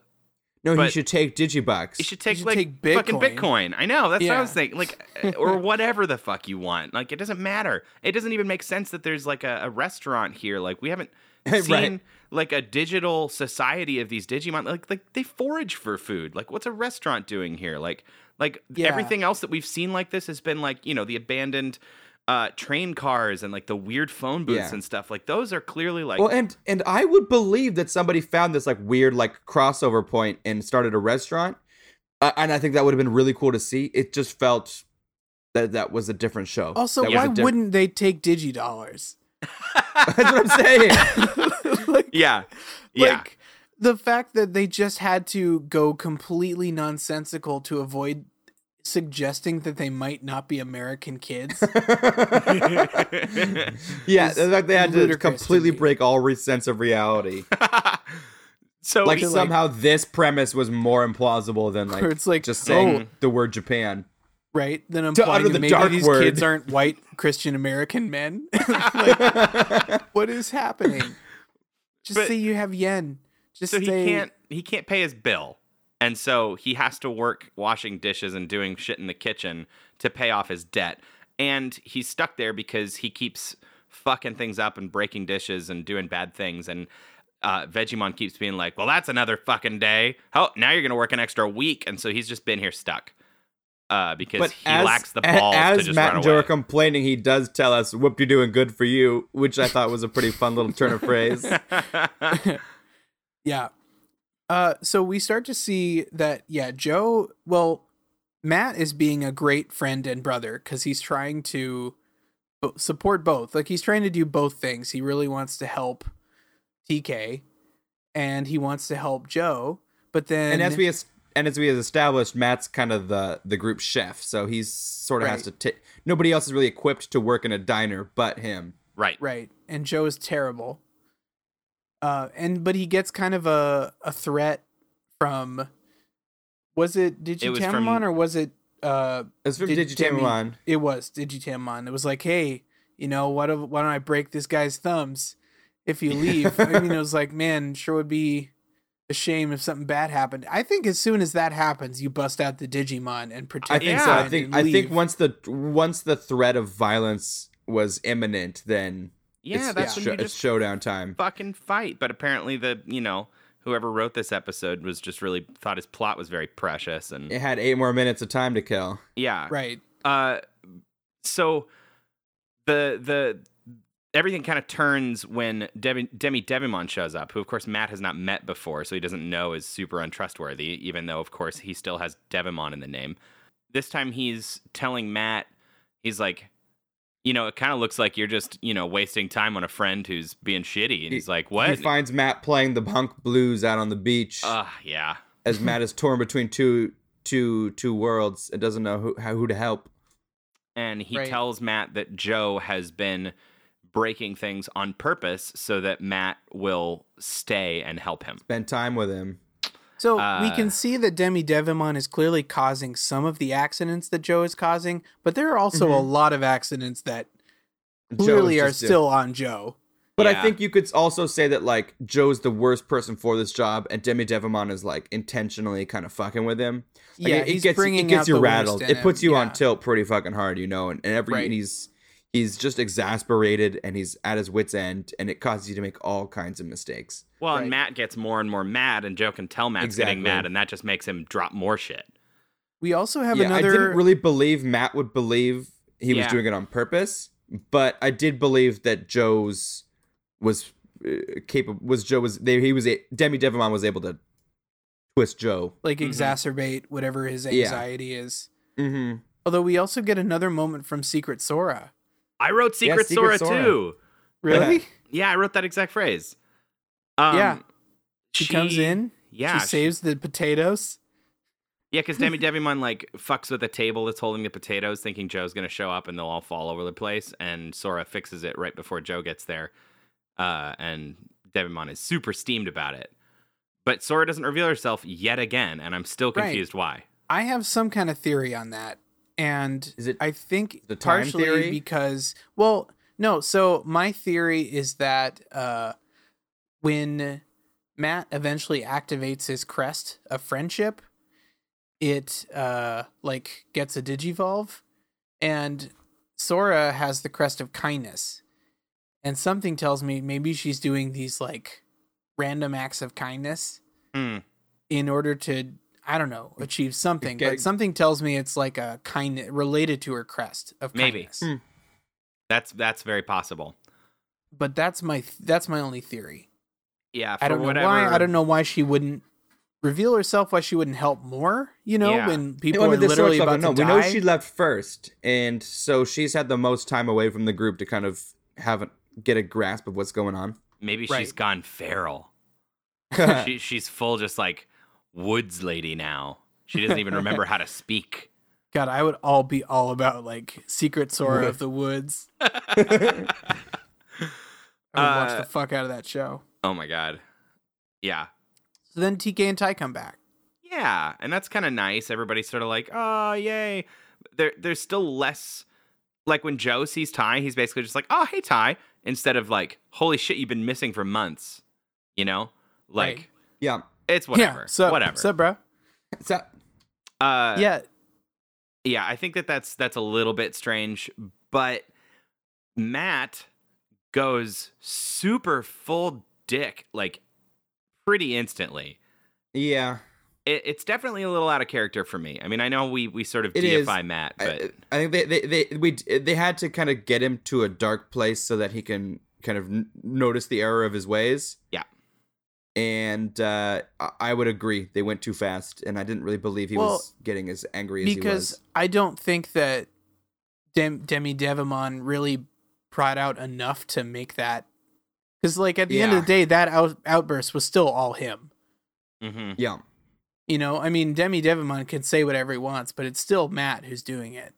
Speaker 6: No, he
Speaker 2: But-
Speaker 6: should take digibucks.
Speaker 2: You should take
Speaker 1: should
Speaker 2: like
Speaker 1: take
Speaker 2: fucking
Speaker 1: Bitcoin.
Speaker 2: Bitcoin. I know. That's what I
Speaker 1: Yeah.
Speaker 2: was thinking. Like, uh, or whatever the fuck you want. Like, it doesn't matter. It doesn't even make sense that there's like a, a restaurant here. Like, we haven't
Speaker 6: Right.
Speaker 2: seen like a digital society of these Digimon. Like, like they forage for food. Like, what's a restaurant doing here? Like, like
Speaker 1: Yeah.
Speaker 2: everything else that we've seen like this has been like you know the abandoned uh train cars and like the weird phone booths
Speaker 6: Yeah.
Speaker 2: and stuff. Like, those are clearly like
Speaker 6: Well, and and I would believe that somebody found this like weird like crossover point and started a restaurant, uh, and I think that would have been really cool to see. It just felt that that was a different show.
Speaker 1: Also,
Speaker 6: That was
Speaker 1: why
Speaker 6: a diff-
Speaker 1: wouldn't they take digidollars?
Speaker 6: That's what I'm saying.
Speaker 1: like,
Speaker 2: yeah, yeah.
Speaker 1: Like the fact that they just had to go completely nonsensical to avoid suggesting that they might not be American kids.
Speaker 6: yeah, the fact they had to
Speaker 1: ludicrous to
Speaker 6: completely
Speaker 1: me.
Speaker 6: break all re- sense of reality.
Speaker 2: so
Speaker 6: like
Speaker 2: we-
Speaker 6: somehow this premise was more implausible than like
Speaker 1: Where it's like, oh.
Speaker 6: just saying the word Japan.
Speaker 1: right? Then implying
Speaker 6: utter
Speaker 1: that
Speaker 6: the
Speaker 1: maybe
Speaker 6: dark
Speaker 1: these
Speaker 6: word.
Speaker 1: kids aren't white Christian American men. Like, what is happening? Just
Speaker 2: But-
Speaker 1: say you have yen. Just
Speaker 2: so he
Speaker 1: say
Speaker 2: can't he can't pay his bill and so he has to work washing dishes and doing shit in the kitchen to pay off his debt and he's stuck there because he keeps fucking things up and breaking dishes and doing bad things and uh, Vegemon keeps being like, "Well, that's another fucking day. Oh, now you're gonna work an extra week," and so he's just been here stuck uh, because he lacks the
Speaker 6: a-
Speaker 2: balls
Speaker 6: as
Speaker 2: to just
Speaker 6: Matt
Speaker 2: run
Speaker 6: and
Speaker 2: away.
Speaker 6: Joe are complaining, he does tell us, "Whoop, you're doing good for you," which I thought was a pretty fun little turn of phrase.
Speaker 1: Yeah. Uh, so we start to see that, yeah, Joe, well, Matt is being a great friend and brother because he's trying to bo- support both. Like, he's trying to do both things. He really wants to help TK and he wants to help Joe. But then,
Speaker 6: And as we es- and as we have established, Matt's kind of the the group chef, so he's sort of has to
Speaker 1: Right.
Speaker 6: take. Nobody else is really equipped to work in a diner but him.
Speaker 2: right?
Speaker 1: right, and Joe is terrible. Uh, and but he gets kind of a, a threat from was it
Speaker 2: It was
Speaker 1: Digitamon
Speaker 2: from-
Speaker 1: or was it uh
Speaker 6: It's from
Speaker 1: Did-
Speaker 6: Digitamon.
Speaker 1: Demi- It was Digitamon. It was like, hey, you know, why don't why don't I break this guy's thumbs if you leave? I mean, it was like, man, sure would be a shame if something bad happened. I think as soon as that happens, you bust out the Digimon and
Speaker 6: I
Speaker 1: protect. your
Speaker 6: think so. I
Speaker 1: mind
Speaker 6: think
Speaker 1: and
Speaker 6: I think
Speaker 1: leave.
Speaker 6: once the once the threat of violence was imminent, then
Speaker 2: Yeah,
Speaker 6: it's,
Speaker 2: that's
Speaker 6: it's,
Speaker 2: when
Speaker 6: sho-
Speaker 2: you
Speaker 6: it's
Speaker 2: just
Speaker 6: showdown time.
Speaker 2: fucking fight. But apparently, the you know whoever wrote this episode was just really thought his plot was very precious and
Speaker 6: It had eight more minutes of time to kill.
Speaker 2: yeah.
Speaker 1: right.
Speaker 2: Uh, so the the everything kind of turns when Demi, Demi Devimon shows up, who of course Matt has not met before, so he doesn't know is super untrustworthy. Even though of course he still has Devimon in the name. This time he's telling Matt, he's like. You know, it kind of looks like you're just, you know, wasting time on a friend who's being shitty. And he's like, "What?" Uh.
Speaker 6: He finds Matt playing the punk blues out on the beach
Speaker 2: Ugh, yeah.
Speaker 6: as Matt is torn between two two two worlds and doesn't know who how, who to help.
Speaker 2: and he
Speaker 1: Right.
Speaker 2: tells Matt that Joe has been breaking things on purpose so that Matt will stay and help him.
Speaker 6: Spend time with him.
Speaker 1: So we
Speaker 2: Uh,
Speaker 1: can see that Demi Devimon is clearly causing some of the accidents that Joe is causing, but there are also a lot of accidents that
Speaker 6: Joe's
Speaker 1: clearly are
Speaker 6: Mm-hmm. just a-
Speaker 1: still on Joe.
Speaker 6: But
Speaker 2: Yeah.
Speaker 6: I think you could also say that like Joe's the worst person for this job, and Demi Devimon is like intentionally kind of fucking with him. Like,
Speaker 1: yeah,
Speaker 6: it, it
Speaker 1: he's
Speaker 6: gets,
Speaker 1: bringing
Speaker 6: it gets
Speaker 1: out
Speaker 6: you
Speaker 1: the worst
Speaker 6: rattled.
Speaker 1: in
Speaker 6: It puts
Speaker 1: him,
Speaker 6: you
Speaker 1: yeah.
Speaker 6: on tilt pretty fucking hard, you know. And, and every
Speaker 1: Right.
Speaker 6: and he's he's just exasperated and he's at his wits end and it causes you to make all kinds of mistakes
Speaker 2: Well,
Speaker 1: Right.
Speaker 2: and Matt gets more and more mad, and Joe can tell Matt's
Speaker 6: Exactly.
Speaker 2: getting mad, and that just makes him drop more shit.
Speaker 1: We also have
Speaker 6: yeah
Speaker 1: another.
Speaker 6: i didn't really believe matt would believe he was
Speaker 2: Yeah.
Speaker 6: doing it on purpose but i did believe that joe's was uh, capable was joe was they, he was a, demi devamon was able to twist joe
Speaker 1: like exacerbate whatever his
Speaker 6: Yeah.
Speaker 1: anxiety is.
Speaker 6: mm-hmm.
Speaker 1: Although we also get another moment from Secret Sora.
Speaker 2: I wrote
Speaker 6: Yeah,
Speaker 2: Secret, Sora,
Speaker 6: Secret Sora.
Speaker 2: too.
Speaker 1: Really?
Speaker 2: Yeah, I wrote that exact phrase. Um,
Speaker 1: Yeah. She, comes in.
Speaker 2: Yeah,
Speaker 1: She saves the potatoes.
Speaker 2: Yeah, because Demi Devimon like fucks with a table that's holding the potatoes, thinking Joe's gonna show up and they'll all fall over the place. And Sora fixes it right before Joe gets there, uh, and Devimon is super steamed about it. But Sora doesn't reveal herself yet again, and I'm still
Speaker 1: Right.
Speaker 2: confused why.
Speaker 1: I have some kind of theory on that, and
Speaker 6: Is it
Speaker 1: I think
Speaker 6: the time
Speaker 1: partially
Speaker 6: theory?
Speaker 1: because well, no. So my theory is that uh, when Matt eventually activates his crest of friendship, it uh, like gets a digivolve, and Sora has the crest of kindness, and something tells me maybe she's doing these like random acts of kindness
Speaker 2: Hmm.
Speaker 1: in order to I don't know achieve something,
Speaker 6: Okay.
Speaker 1: but something tells me it's like a kind related to her crest of
Speaker 2: Maybe.
Speaker 1: kindness.
Speaker 6: Hmm.
Speaker 2: That's that's very possible.
Speaker 1: But that's my that's my only theory.
Speaker 2: Yeah, for
Speaker 1: I don't know
Speaker 2: whatever.
Speaker 1: why. I don't know why she wouldn't reveal herself. Why she wouldn't help more? You know,
Speaker 2: Yeah.
Speaker 1: when
Speaker 6: No,
Speaker 1: people
Speaker 6: I mean,
Speaker 1: are
Speaker 6: there's so much
Speaker 1: literally
Speaker 6: stuff,
Speaker 1: about
Speaker 6: but no,
Speaker 1: to
Speaker 6: we
Speaker 1: die.
Speaker 6: know she left first, and so she's had the most time away from the group to kind of have a, get a grasp of what's going on.
Speaker 2: Maybe she's
Speaker 1: Right.
Speaker 2: gone feral. she, she's full just like woods lady now. She doesn't even remember how to speak.
Speaker 1: God, I would all be all about like Secret Sora of the Woods. I would watch
Speaker 2: Uh,
Speaker 1: the fuck out of that show.
Speaker 2: Oh my god. Yeah.
Speaker 1: So then TK and Ty come back.
Speaker 2: Yeah, and that's kind of nice. Everybody's sort of like, "Oh, yay!" There, there's still less. Like when Joe sees Ty, he's basically just like, "Oh, hey, Ty," instead of like, "Holy shit, you've been missing for months," you know? Like
Speaker 1: Right.
Speaker 6: yeah,
Speaker 2: it's whatever,
Speaker 1: Yeah, so
Speaker 2: whatever.
Speaker 1: so bro.
Speaker 6: so
Speaker 2: uh, yeah,
Speaker 1: yeah,
Speaker 2: yeah. I think that that's that's a little bit strange, but Matt goes super full dick like pretty instantly.
Speaker 6: yeah,
Speaker 2: It, it's definitely a little out of character for me. I mean, I know we we sort of
Speaker 6: It is.
Speaker 2: deify Matt,
Speaker 6: I-
Speaker 2: but.
Speaker 6: I, think they, they they we d- they had to kind of get him to a dark place so that he can kind of n- notice the error of his ways.
Speaker 2: Yeah.
Speaker 6: and uh, I- I would agree they went too fast, and I didn't really believe he
Speaker 1: Well,
Speaker 6: was getting as angry as he
Speaker 1: because
Speaker 6: was.
Speaker 1: I don't think that Dem- Demi Devamon really brought out enough to make that. Because, like, at the end of
Speaker 6: Yeah.
Speaker 1: the day, that out- outburst was still all him.
Speaker 2: Mm-hmm.
Speaker 6: Yeah,
Speaker 1: You know, I mean, Demi Devamon can say whatever he wants, but it's still Matt who's doing it.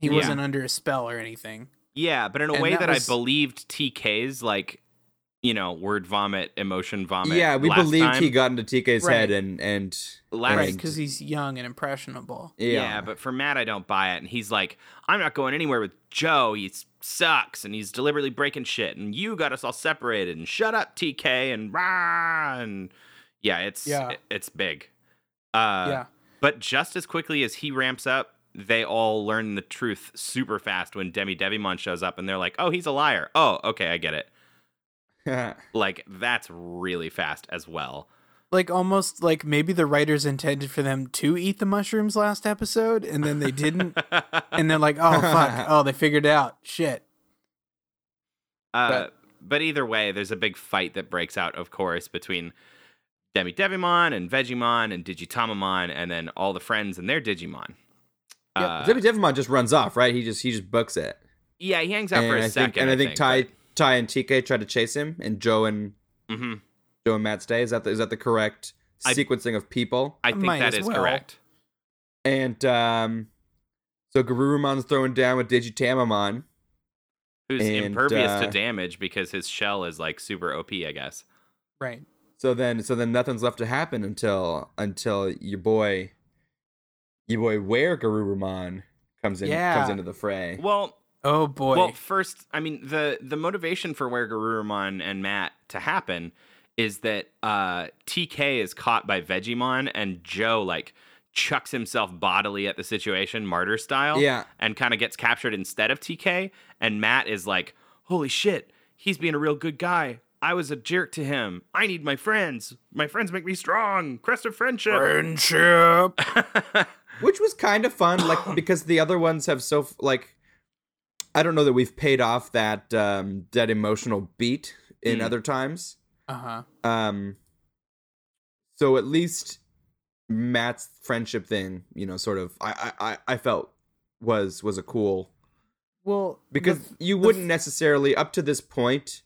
Speaker 1: He
Speaker 2: Yeah.
Speaker 1: wasn't under a spell or anything.
Speaker 2: Yeah, but in a
Speaker 1: And
Speaker 2: way
Speaker 1: that
Speaker 2: that,
Speaker 1: was-
Speaker 2: I believed TK's like, you know, word vomit, emotion vomit.
Speaker 6: yeah, we
Speaker 2: last
Speaker 6: believed
Speaker 2: time.
Speaker 6: he got into TK's head
Speaker 1: Right.
Speaker 6: and and
Speaker 2: Last-
Speaker 1: Right.
Speaker 6: and-
Speaker 1: Because he's young and impressionable.
Speaker 2: Yeah. but for Matt, I don't buy it, and he's like, I'm not going anywhere with Joe. He s- sucks, and he's deliberately breaking shit, and you got us all separated, and shut up, TK, and rah, and yeah, it's
Speaker 1: Yeah.
Speaker 2: it- it's big. Uh,
Speaker 1: yeah.
Speaker 2: But just as quickly as he ramps up, they all learn the truth super fast when Demi Devimon shows up, and they're like, "Oh, he's a liar. Oh, okay, I get it." like that's really fast as well
Speaker 1: Like, almost like maybe the writers intended for them to eat the mushrooms last episode, and then they didn't. and they're like, oh, fuck. Oh, they figured it out. Shit.
Speaker 2: uh,
Speaker 1: But-
Speaker 2: but, either way there's a big fight that breaks out of course between demi devimon and vegemon and digitamamon and then all the friends and their digimon uh,
Speaker 6: Debbie Devimon just runs off, right? He just he just books it.
Speaker 2: yeah he hangs out
Speaker 6: And
Speaker 2: for a
Speaker 6: I
Speaker 2: second
Speaker 6: think and I think Ty Ty and TK try to chase him, and Joe and
Speaker 2: but- Mhm.
Speaker 6: Joe and Matt stay. Is that the, is that the correct
Speaker 2: I-
Speaker 6: sequencing of people?
Speaker 2: i think
Speaker 1: Might
Speaker 2: that
Speaker 1: as
Speaker 2: is
Speaker 1: well.
Speaker 2: correct
Speaker 6: And um, so Garurumon's throwing down with Digitamamon.
Speaker 2: who's
Speaker 6: And,
Speaker 2: impervious
Speaker 6: uh,
Speaker 2: to damage because his shell is like super op i guess
Speaker 1: Right.
Speaker 6: So then so then nothing's left to happen until until your boy your boy where Garurumon comes in comes
Speaker 1: Yeah.
Speaker 6: into the fray.
Speaker 2: well
Speaker 1: Oh boy.
Speaker 2: Well, first, I mean the the motivation for where Garurumon and Matt to happen is that uh, TK is caught by Vegemon and Joe like chucks himself bodily at the situation, martyr style.
Speaker 6: Yeah.
Speaker 2: And kind of gets captured instead of TK. And Matt is like, holy shit, he's being a real good guy. I was a jerk to him. I need my friends. My friends make me strong. Crest of friendship.
Speaker 1: Friendship.
Speaker 6: which was kind of fun like because the other ones have so f- like i don't know that we've paid off that um that emotional beat in other times
Speaker 1: Uh huh.
Speaker 6: um so at least matt's friendship thing you know sort of i i i I felt was was a cool
Speaker 1: Well,
Speaker 6: because you wouldn't necessarily up to this point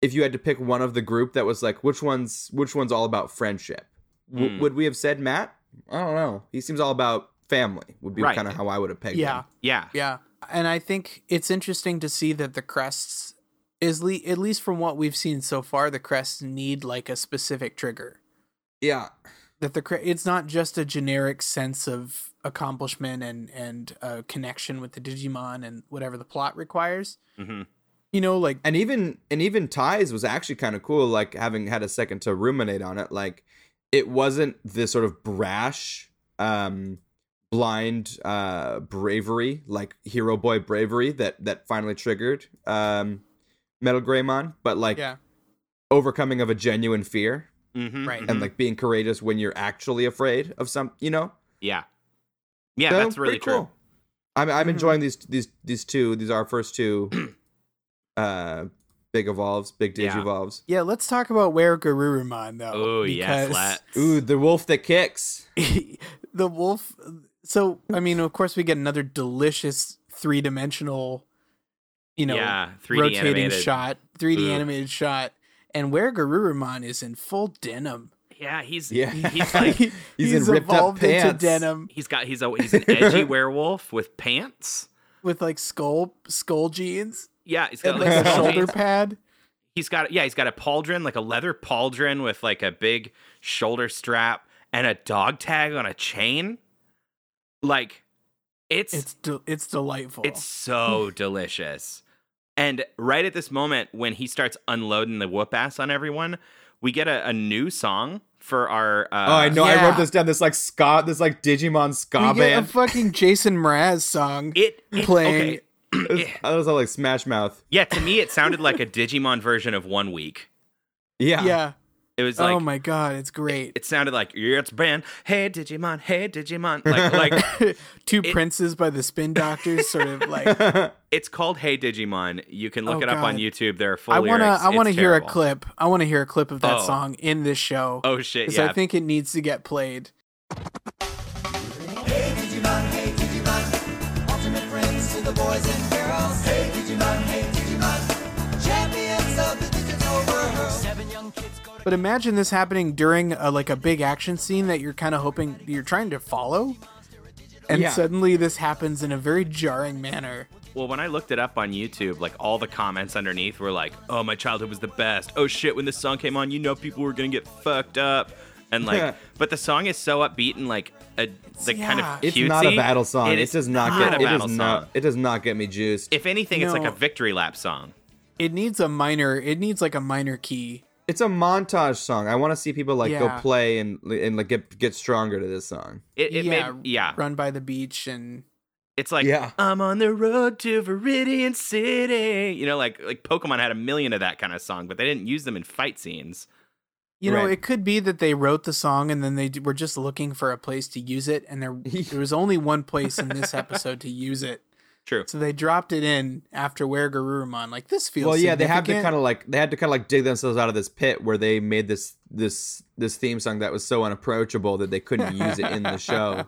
Speaker 6: if you had to pick one of the group that was like which one's which one's all about friendship w-
Speaker 2: Mm.
Speaker 6: would we have said matt i don't know he seems all about family would be
Speaker 2: Right.
Speaker 6: kind of how i would have pegged
Speaker 1: yeah,
Speaker 6: him.
Speaker 2: yeah.
Speaker 1: yeah, and I think it's interesting to see that the crests is le- at least from what we've seen so far, the crests need like a specific trigger.
Speaker 6: yeah
Speaker 1: That the cre- it's not just a generic sense of accomplishment and and uh, connection with the Digimon and whatever the plot requires.
Speaker 2: Mhm.
Speaker 1: You know, like
Speaker 6: and even and even ties was actually kind of cool like having had a second to ruminate on it like it wasn't this sort of brash um blind uh bravery like hero boy bravery that that finally triggered um metal greymon but like
Speaker 1: yeah,
Speaker 6: overcoming of a genuine fear
Speaker 2: Mm-hmm.
Speaker 1: right.
Speaker 6: and like being courageous when you're actually afraid of some you know
Speaker 2: Yeah. Yeah,
Speaker 6: So,
Speaker 2: that's really
Speaker 6: pretty
Speaker 2: true. Mm-hmm.
Speaker 6: cool. i'm, I'm enjoying these these these two these are our first two uh big evolves big
Speaker 2: Yeah.
Speaker 6: digivolves
Speaker 1: Yeah, let's talk about where Garurumon though.
Speaker 2: Oh, yes, let.
Speaker 6: Ooh, the wolf that kicks.
Speaker 1: the wolf. So I mean, of course, we get another delicious three dimensional, you know,
Speaker 2: yeah, 3D
Speaker 1: rotating
Speaker 2: animated.
Speaker 1: shot, three D
Speaker 2: Ugh.
Speaker 1: animated shot, and where Garurumon is in full denim.
Speaker 2: Yeah, he's
Speaker 6: Yeah.
Speaker 2: he's like
Speaker 1: he's
Speaker 6: He's in ripped up
Speaker 1: evolved into
Speaker 6: pants.
Speaker 1: denim
Speaker 2: he's got he's a he's an edgy werewolf with pants.
Speaker 1: with like skull skull jeans
Speaker 2: Yeah, he's got
Speaker 1: and
Speaker 2: like
Speaker 1: like a
Speaker 2: skull
Speaker 1: shoulder
Speaker 2: jeans.
Speaker 1: pad.
Speaker 2: He's got yeah, he's got a pauldron, like a leather pauldron with like a big shoulder strap and a dog tag on a chain. Like it's
Speaker 1: It's de- it's delightful.
Speaker 2: It's so delicious. And right at this moment, when he starts unloading the whoop ass on everyone, we get a, a new song for our. Uh,
Speaker 6: oh, I know. I
Speaker 1: yeah.
Speaker 6: wrote this down. This like ska, this like Digimon ska
Speaker 1: we get a
Speaker 6: band.
Speaker 1: fucking Jason Mraz song.
Speaker 2: It, it
Speaker 1: Playing.
Speaker 2: Okay.
Speaker 6: It was all like Smash Mouth.
Speaker 2: yeah, to me, it sounded like a Digimon version of One Week.
Speaker 6: Yeah.
Speaker 1: yeah.
Speaker 2: It was like
Speaker 1: oh my god, it's great.
Speaker 2: it sounded like yeah, it's band. Hey Digimon, hey Digimon. Like like
Speaker 1: Two princes by the Spin Doctors, sort of like
Speaker 2: it's called Hey Digimon. You can look
Speaker 1: Oh,
Speaker 2: it up on
Speaker 1: God.
Speaker 2: YouTube. There are full
Speaker 1: I want to
Speaker 2: lyrics.
Speaker 1: I
Speaker 2: It's
Speaker 1: want to hear a
Speaker 2: terrible.
Speaker 1: clip. I want to hear a clip of that
Speaker 2: Oh.
Speaker 1: song in this show.
Speaker 2: Oh shit!
Speaker 1: 'cause
Speaker 2: Yeah,
Speaker 1: I think it needs to get played.
Speaker 8: Hey Digimon, hey Digimon, ultimate friends to the boys and girls. Hey Digimon, hey Digimon, champions of the digital world. Seven young kids go to
Speaker 1: But imagine this happening during a, like a big action scene that you're kind of hoping you're trying to follow, and
Speaker 6: Yeah.
Speaker 1: suddenly this happens in a very jarring manner.
Speaker 2: Well, when I looked it up on YouTube, like all the comments underneath were like, "Oh, my childhood was the best." Oh shit, when this song came on, you know people were gonna get fucked up, and like,
Speaker 6: Yeah.
Speaker 2: but the song is so upbeat and like a like kind of
Speaker 1: yeah.
Speaker 6: It's
Speaker 2: cutesy.
Speaker 6: not a battle song. It,
Speaker 2: is
Speaker 6: does not,
Speaker 2: a
Speaker 6: get. It
Speaker 2: battle
Speaker 6: does not.
Speaker 2: song.
Speaker 6: It does not get me juiced.
Speaker 2: If anything, it's like
Speaker 1: No.
Speaker 2: a victory lap song.
Speaker 1: It needs a minor. It needs like a minor key.
Speaker 6: it's a montage song. I want to see people like
Speaker 1: Yeah.
Speaker 6: go play and and like get get stronger to this song.
Speaker 2: It, it
Speaker 1: yeah,
Speaker 2: made yeah.
Speaker 1: Run by the beach and
Speaker 2: It's like
Speaker 6: Yeah.
Speaker 2: I'm on the road to Viridian City. You know, like like Pokemon had a million of that kind of song, but they didn't use them in fight scenes.
Speaker 1: You know,
Speaker 6: Right.
Speaker 1: it could be that they wrote the song and then they d- were just looking for a place to use it, and there there was only one place in this episode to use it,
Speaker 2: True.
Speaker 1: so they dropped it in after Where Garurumon. Like this feels
Speaker 6: Well, yeah, they have to
Speaker 1: significant.
Speaker 6: kind of like they had to kind of like dig themselves out of this pit where they made this this this theme song that was so unapproachable that they couldn't use it in the show.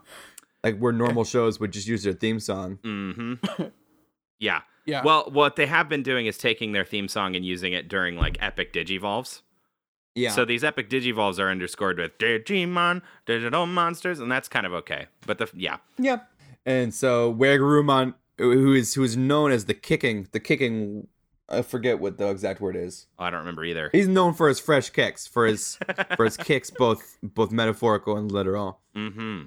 Speaker 6: Like where normal shows would just use their theme song.
Speaker 2: hmm
Speaker 6: Mm-hmm.
Speaker 2: yeah.
Speaker 1: yeah.
Speaker 2: Well, what they have been doing is taking their theme song and using it during like epic digivolves.
Speaker 6: Yeah.
Speaker 2: So these epic digivolves are underscored with Digimon, digital monsters, and that's kind of okay. But the yeah,
Speaker 6: Yeah. And so Wagruman, who is who is known as the kicking, the kicking, I forget what the exact word is.
Speaker 2: oh, I don't remember either.
Speaker 6: He's known for his fresh kicks, for his for his kicks, both both metaphorical and literal.
Speaker 2: Mm-hmm.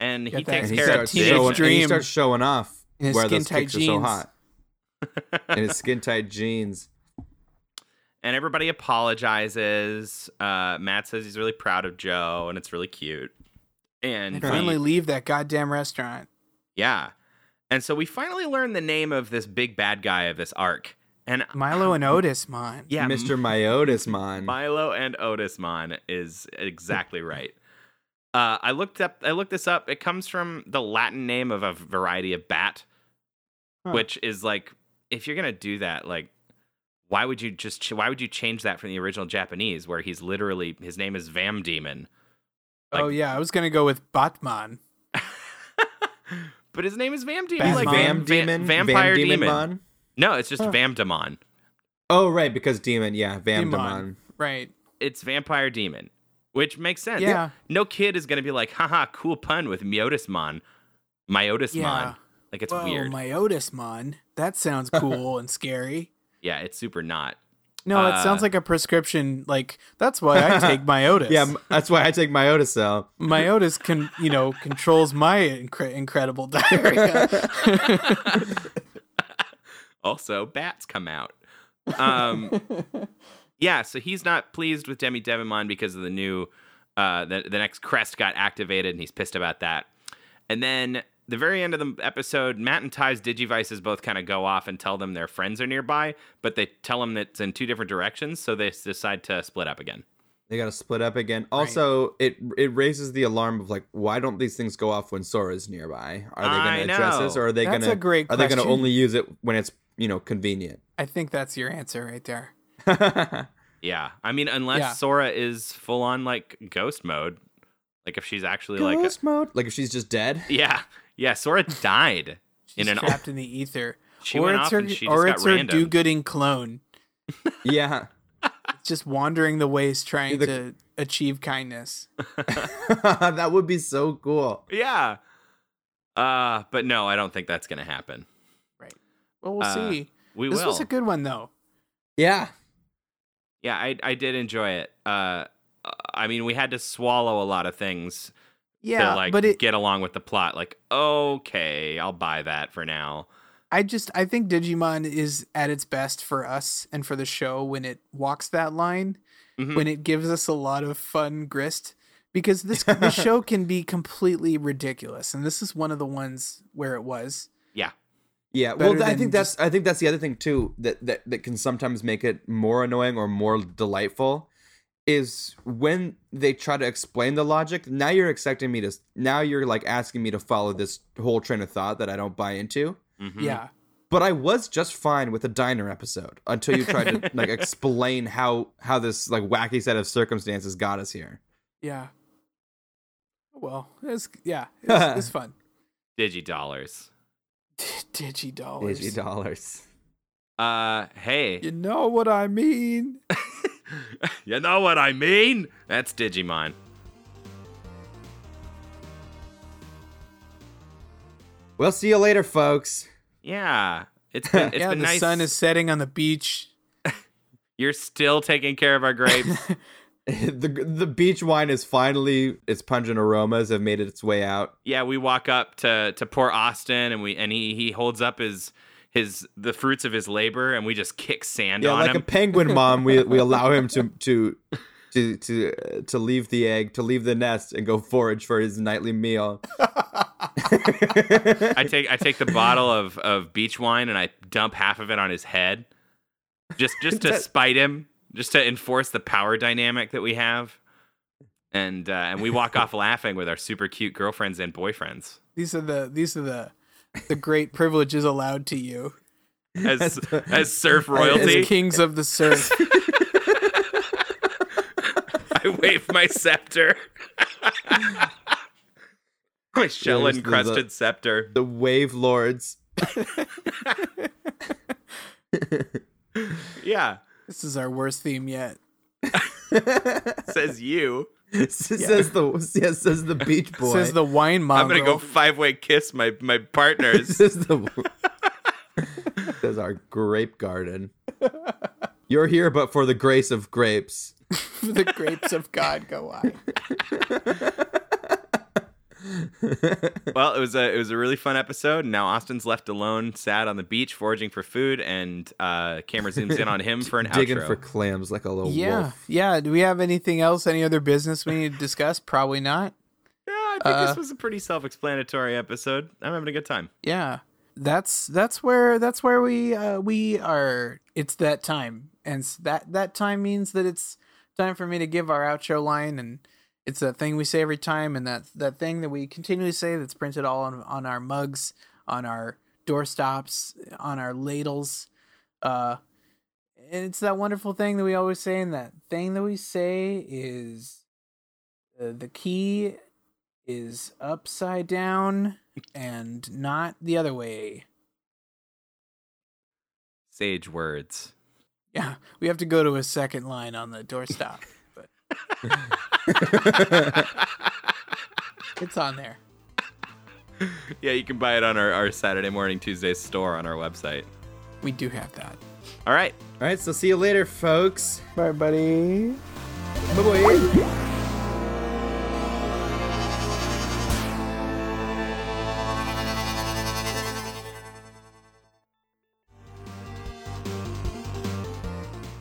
Speaker 2: And he
Speaker 1: Got that-
Speaker 2: takes
Speaker 6: And he
Speaker 2: care of
Speaker 6: starts
Speaker 1: teenage
Speaker 6: showing, and
Speaker 2: Digimon.
Speaker 1: dream.
Speaker 6: he starts showing off
Speaker 1: And his
Speaker 6: where those
Speaker 1: skin-tight
Speaker 6: kicks are so
Speaker 1: jeans.
Speaker 6: hot, and his skin tight jeans.
Speaker 2: and everybody apologizes. Uh, Matt says he's really proud of Joe, and it's really cute.
Speaker 1: And
Speaker 2: and
Speaker 1: finally
Speaker 2: we-
Speaker 1: leave that goddamn restaurant.
Speaker 2: yeah, and so we finally learn the name of this big bad guy of this arc, and
Speaker 1: Milo and Otis, mine.
Speaker 2: Uh, um, yeah,
Speaker 6: Mr. Myotis, mon.
Speaker 2: Milo and Otis Mon is exactly right. Uh, I looked up. I looked this up. It comes from the Latin name of a variety of bat,
Speaker 1: Huh.
Speaker 2: which is like, if you're gonna do that, like, why would you just? Ch- why would you change that from the original Japanese, where he's literally his name is Vam Demon,
Speaker 1: oh
Speaker 2: like-
Speaker 1: yeah, I was gonna go with Batman.
Speaker 2: but his name is Vam Demon,
Speaker 1: Bat
Speaker 2: like
Speaker 1: Mon.
Speaker 6: Vam
Speaker 2: Vam,
Speaker 6: Demon,
Speaker 2: Va-
Speaker 6: Vam
Speaker 2: Vampire
Speaker 6: Demon
Speaker 2: Demon.
Speaker 6: Mon?
Speaker 2: No, it's just
Speaker 1: Huh.
Speaker 2: Vam Demon.
Speaker 6: Oh right, because demon, yeah, Vam Demon.
Speaker 1: Demon. Right.
Speaker 2: It's Vampire Demon, which makes sense.
Speaker 1: Yeah.
Speaker 2: No kid is gonna be like, haha, cool pun with Myotismon. Myotismon.
Speaker 1: Yeah.
Speaker 2: Like it's
Speaker 1: Whoa,
Speaker 2: weird.
Speaker 1: my Otis, mon. That sounds cool and scary.
Speaker 2: yeah, it's super not.
Speaker 1: No, it
Speaker 2: Uh,
Speaker 1: sounds like a prescription. Like that's why I take my Otis.
Speaker 6: Yeah, m- that's why I take Myotisel.
Speaker 1: my Otis can you know controls my incre- incredible diarrhea.
Speaker 2: Also, bats come out. Um, yeah, so he's not pleased with Demi Devimon because of the new, uh, the, the next crest got activated and he's pissed about that. And then the very end of the episode, Matt and Ty's Digivices both kind of go off and tell them their friends are nearby, but they tell them that it's in two different directions, so they s- decide to split up again.
Speaker 6: They gotta split up again. Also, it it raises the alarm of like, why don't these things go off when Sora's nearby? Are
Speaker 2: I
Speaker 6: they gonna address
Speaker 2: know.
Speaker 6: this, or are they
Speaker 1: That's
Speaker 6: gonna
Speaker 1: a great
Speaker 6: are they gonna
Speaker 1: question.
Speaker 6: only use it when it's you know convenient?
Speaker 1: I think that's your answer right there.
Speaker 2: Yeah, I mean, unless
Speaker 1: Yeah.
Speaker 2: Sora is full on like ghost mode, like if she's actually like,
Speaker 6: Ghost mode, like if she's just dead.
Speaker 2: a, yeah, yeah, Sora died
Speaker 1: She's
Speaker 2: in an
Speaker 1: trapped in the ether.
Speaker 2: She went
Speaker 1: it's
Speaker 2: off
Speaker 1: her,
Speaker 2: and she just
Speaker 1: or
Speaker 2: got
Speaker 1: it's her
Speaker 2: random.
Speaker 1: do-gooding clone,
Speaker 6: yeah,
Speaker 1: It's just wandering the ways trying
Speaker 6: The-
Speaker 1: to achieve kindness.
Speaker 6: that would be so cool.
Speaker 2: yeah. Uh, but no, I don't think that's gonna happen.
Speaker 1: Well, we'll
Speaker 2: Uh,
Speaker 1: see.
Speaker 2: We
Speaker 1: This
Speaker 2: will.
Speaker 1: was a good one though.
Speaker 6: Yeah,
Speaker 2: yeah, I I did enjoy it. Uh, I mean, we had to swallow a lot of things
Speaker 1: Yeah,
Speaker 2: to like
Speaker 1: but it,
Speaker 2: get along with the plot. Like, okay, I'll buy that for now.
Speaker 1: I just I think Digimon is at its best for us and for the show when it walks that line,
Speaker 2: Mhm.
Speaker 1: when it gives us a lot of fun grist because this the show can be completely ridiculous and this is one of the ones where it was.
Speaker 2: Yeah,
Speaker 6: Yeah,
Speaker 1: better
Speaker 6: well, th- I
Speaker 1: than
Speaker 6: think that's I think that's the other thing too that that that can sometimes make it more annoying or more delightful is when they try to explain the logic. Now you're expecting me to now you're like asking me to follow this whole train of thought that I don't buy into.
Speaker 2: Mhm.
Speaker 1: Yeah.
Speaker 6: But I was just fine with the diner episode until you tried to like explain how how this like wacky set of circumstances got us here.
Speaker 1: Yeah. Well, it's yeah, it's, it's fun.
Speaker 2: Digi dollars.
Speaker 1: Digi dollars.
Speaker 6: Digi dollars.
Speaker 2: Uh, hey,
Speaker 1: You know what I mean?
Speaker 2: you know what I mean? That's Digimon.
Speaker 6: We'll see you later, folks.
Speaker 2: Yeah, it's been it's
Speaker 1: yeah,
Speaker 2: been
Speaker 1: the
Speaker 2: nice.
Speaker 1: sun is setting on the beach.
Speaker 2: You're still taking care of our grapes.
Speaker 6: the the beach wine is finally its pungent aromas have made its way out.
Speaker 2: yeah, we walk up to to poor Austin, and we and he he holds up his his the fruits of his labor, and we just kick sand
Speaker 6: Yeah,
Speaker 2: on
Speaker 6: like
Speaker 2: him.
Speaker 6: a penguin mom, we we allow him to to to to uh, to leave the egg, to leave the nest, and go forage for his nightly meal.
Speaker 2: I take I take the bottle of of beach wine and I dump half of it on his head, just just to spite him, just to enforce the power dynamic that we have, and uh, and we walk off laughing with our super cute girlfriends and boyfriends.
Speaker 1: These are the these are the the great privileges allowed to you
Speaker 2: As, as surf
Speaker 1: as
Speaker 2: royalty,
Speaker 1: kings of the surf.
Speaker 2: I wave my scepter, my shell
Speaker 6: There's- there's a-
Speaker 2: encrusted scepter.
Speaker 6: The wave lords.
Speaker 2: Yeah.
Speaker 1: This is our worst theme yet.
Speaker 2: Says you.
Speaker 6: says the yeah, says the beach boy.
Speaker 1: Says the wine
Speaker 2: I'm
Speaker 1: mongrel.
Speaker 2: gonna go five way kiss my my partners.
Speaker 6: says the says our grape garden. You're here, but for the grace of grapes.
Speaker 1: for the grapes of God go I.
Speaker 2: well, it was a it was a really fun episode. and Now Austin's left alone, sad on the beach, foraging for food, and uh, camera zooms in on him for an
Speaker 6: digging
Speaker 2: outro.
Speaker 6: for clams like a little
Speaker 1: Yeah,
Speaker 6: wolf.
Speaker 1: yeah. Do we have anything else? Any other business we need to discuss? Probably not.
Speaker 2: yeah, I
Speaker 9: think
Speaker 6: Uh-huh.
Speaker 9: this was a pretty self-explanatory episode. I'm having a good time.
Speaker 1: yeah that's that's where that's where we uh we are it's that time and s- that that time means that it's time for me to give our outro line and it's that thing we say every time and that that thing that we continually say that's printed all on on our mugs on our doorstops on our ladles uh and it's that wonderful thing that we always say and that thing that we say is uh, the key is upside down and not the other way.
Speaker 9: Sage words.
Speaker 1: Yeah, we have to go to a second line on the doorstop, but it's on there.
Speaker 9: Yeah, you can buy it on our, our Saturday morning, Tuesday store on our website.
Speaker 1: We do have that.
Speaker 9: All right.
Speaker 6: All right, so see you later, folks.
Speaker 1: Bye, buddy.
Speaker 6: Bye bye.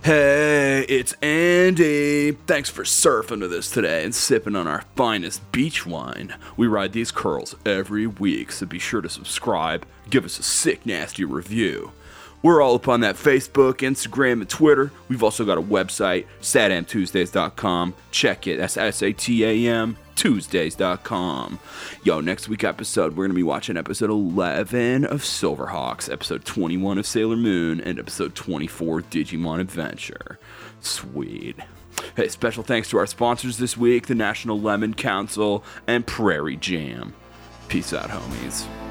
Speaker 2: Hey, it's Andy. Thanks for surfing with us today and sipping on our finest beach wine. We ride these curls every week, so be sure to subscribe. Give us a sick, nasty review. We're all up on that Facebook, Instagram, and Twitter. We've also got a website, satamtuesdays.com. Check it. That's S A T A M Tuesdays.com. Yo, next week episode, we're going to be watching episode 11 of Silverhawks, episode 21 of Sailor Moon, and episode 24 Digimon Adventure. Sweet. Hey, special thanks to our sponsors this week the National Lemon Council and Prairie Jam. Peace out, homies.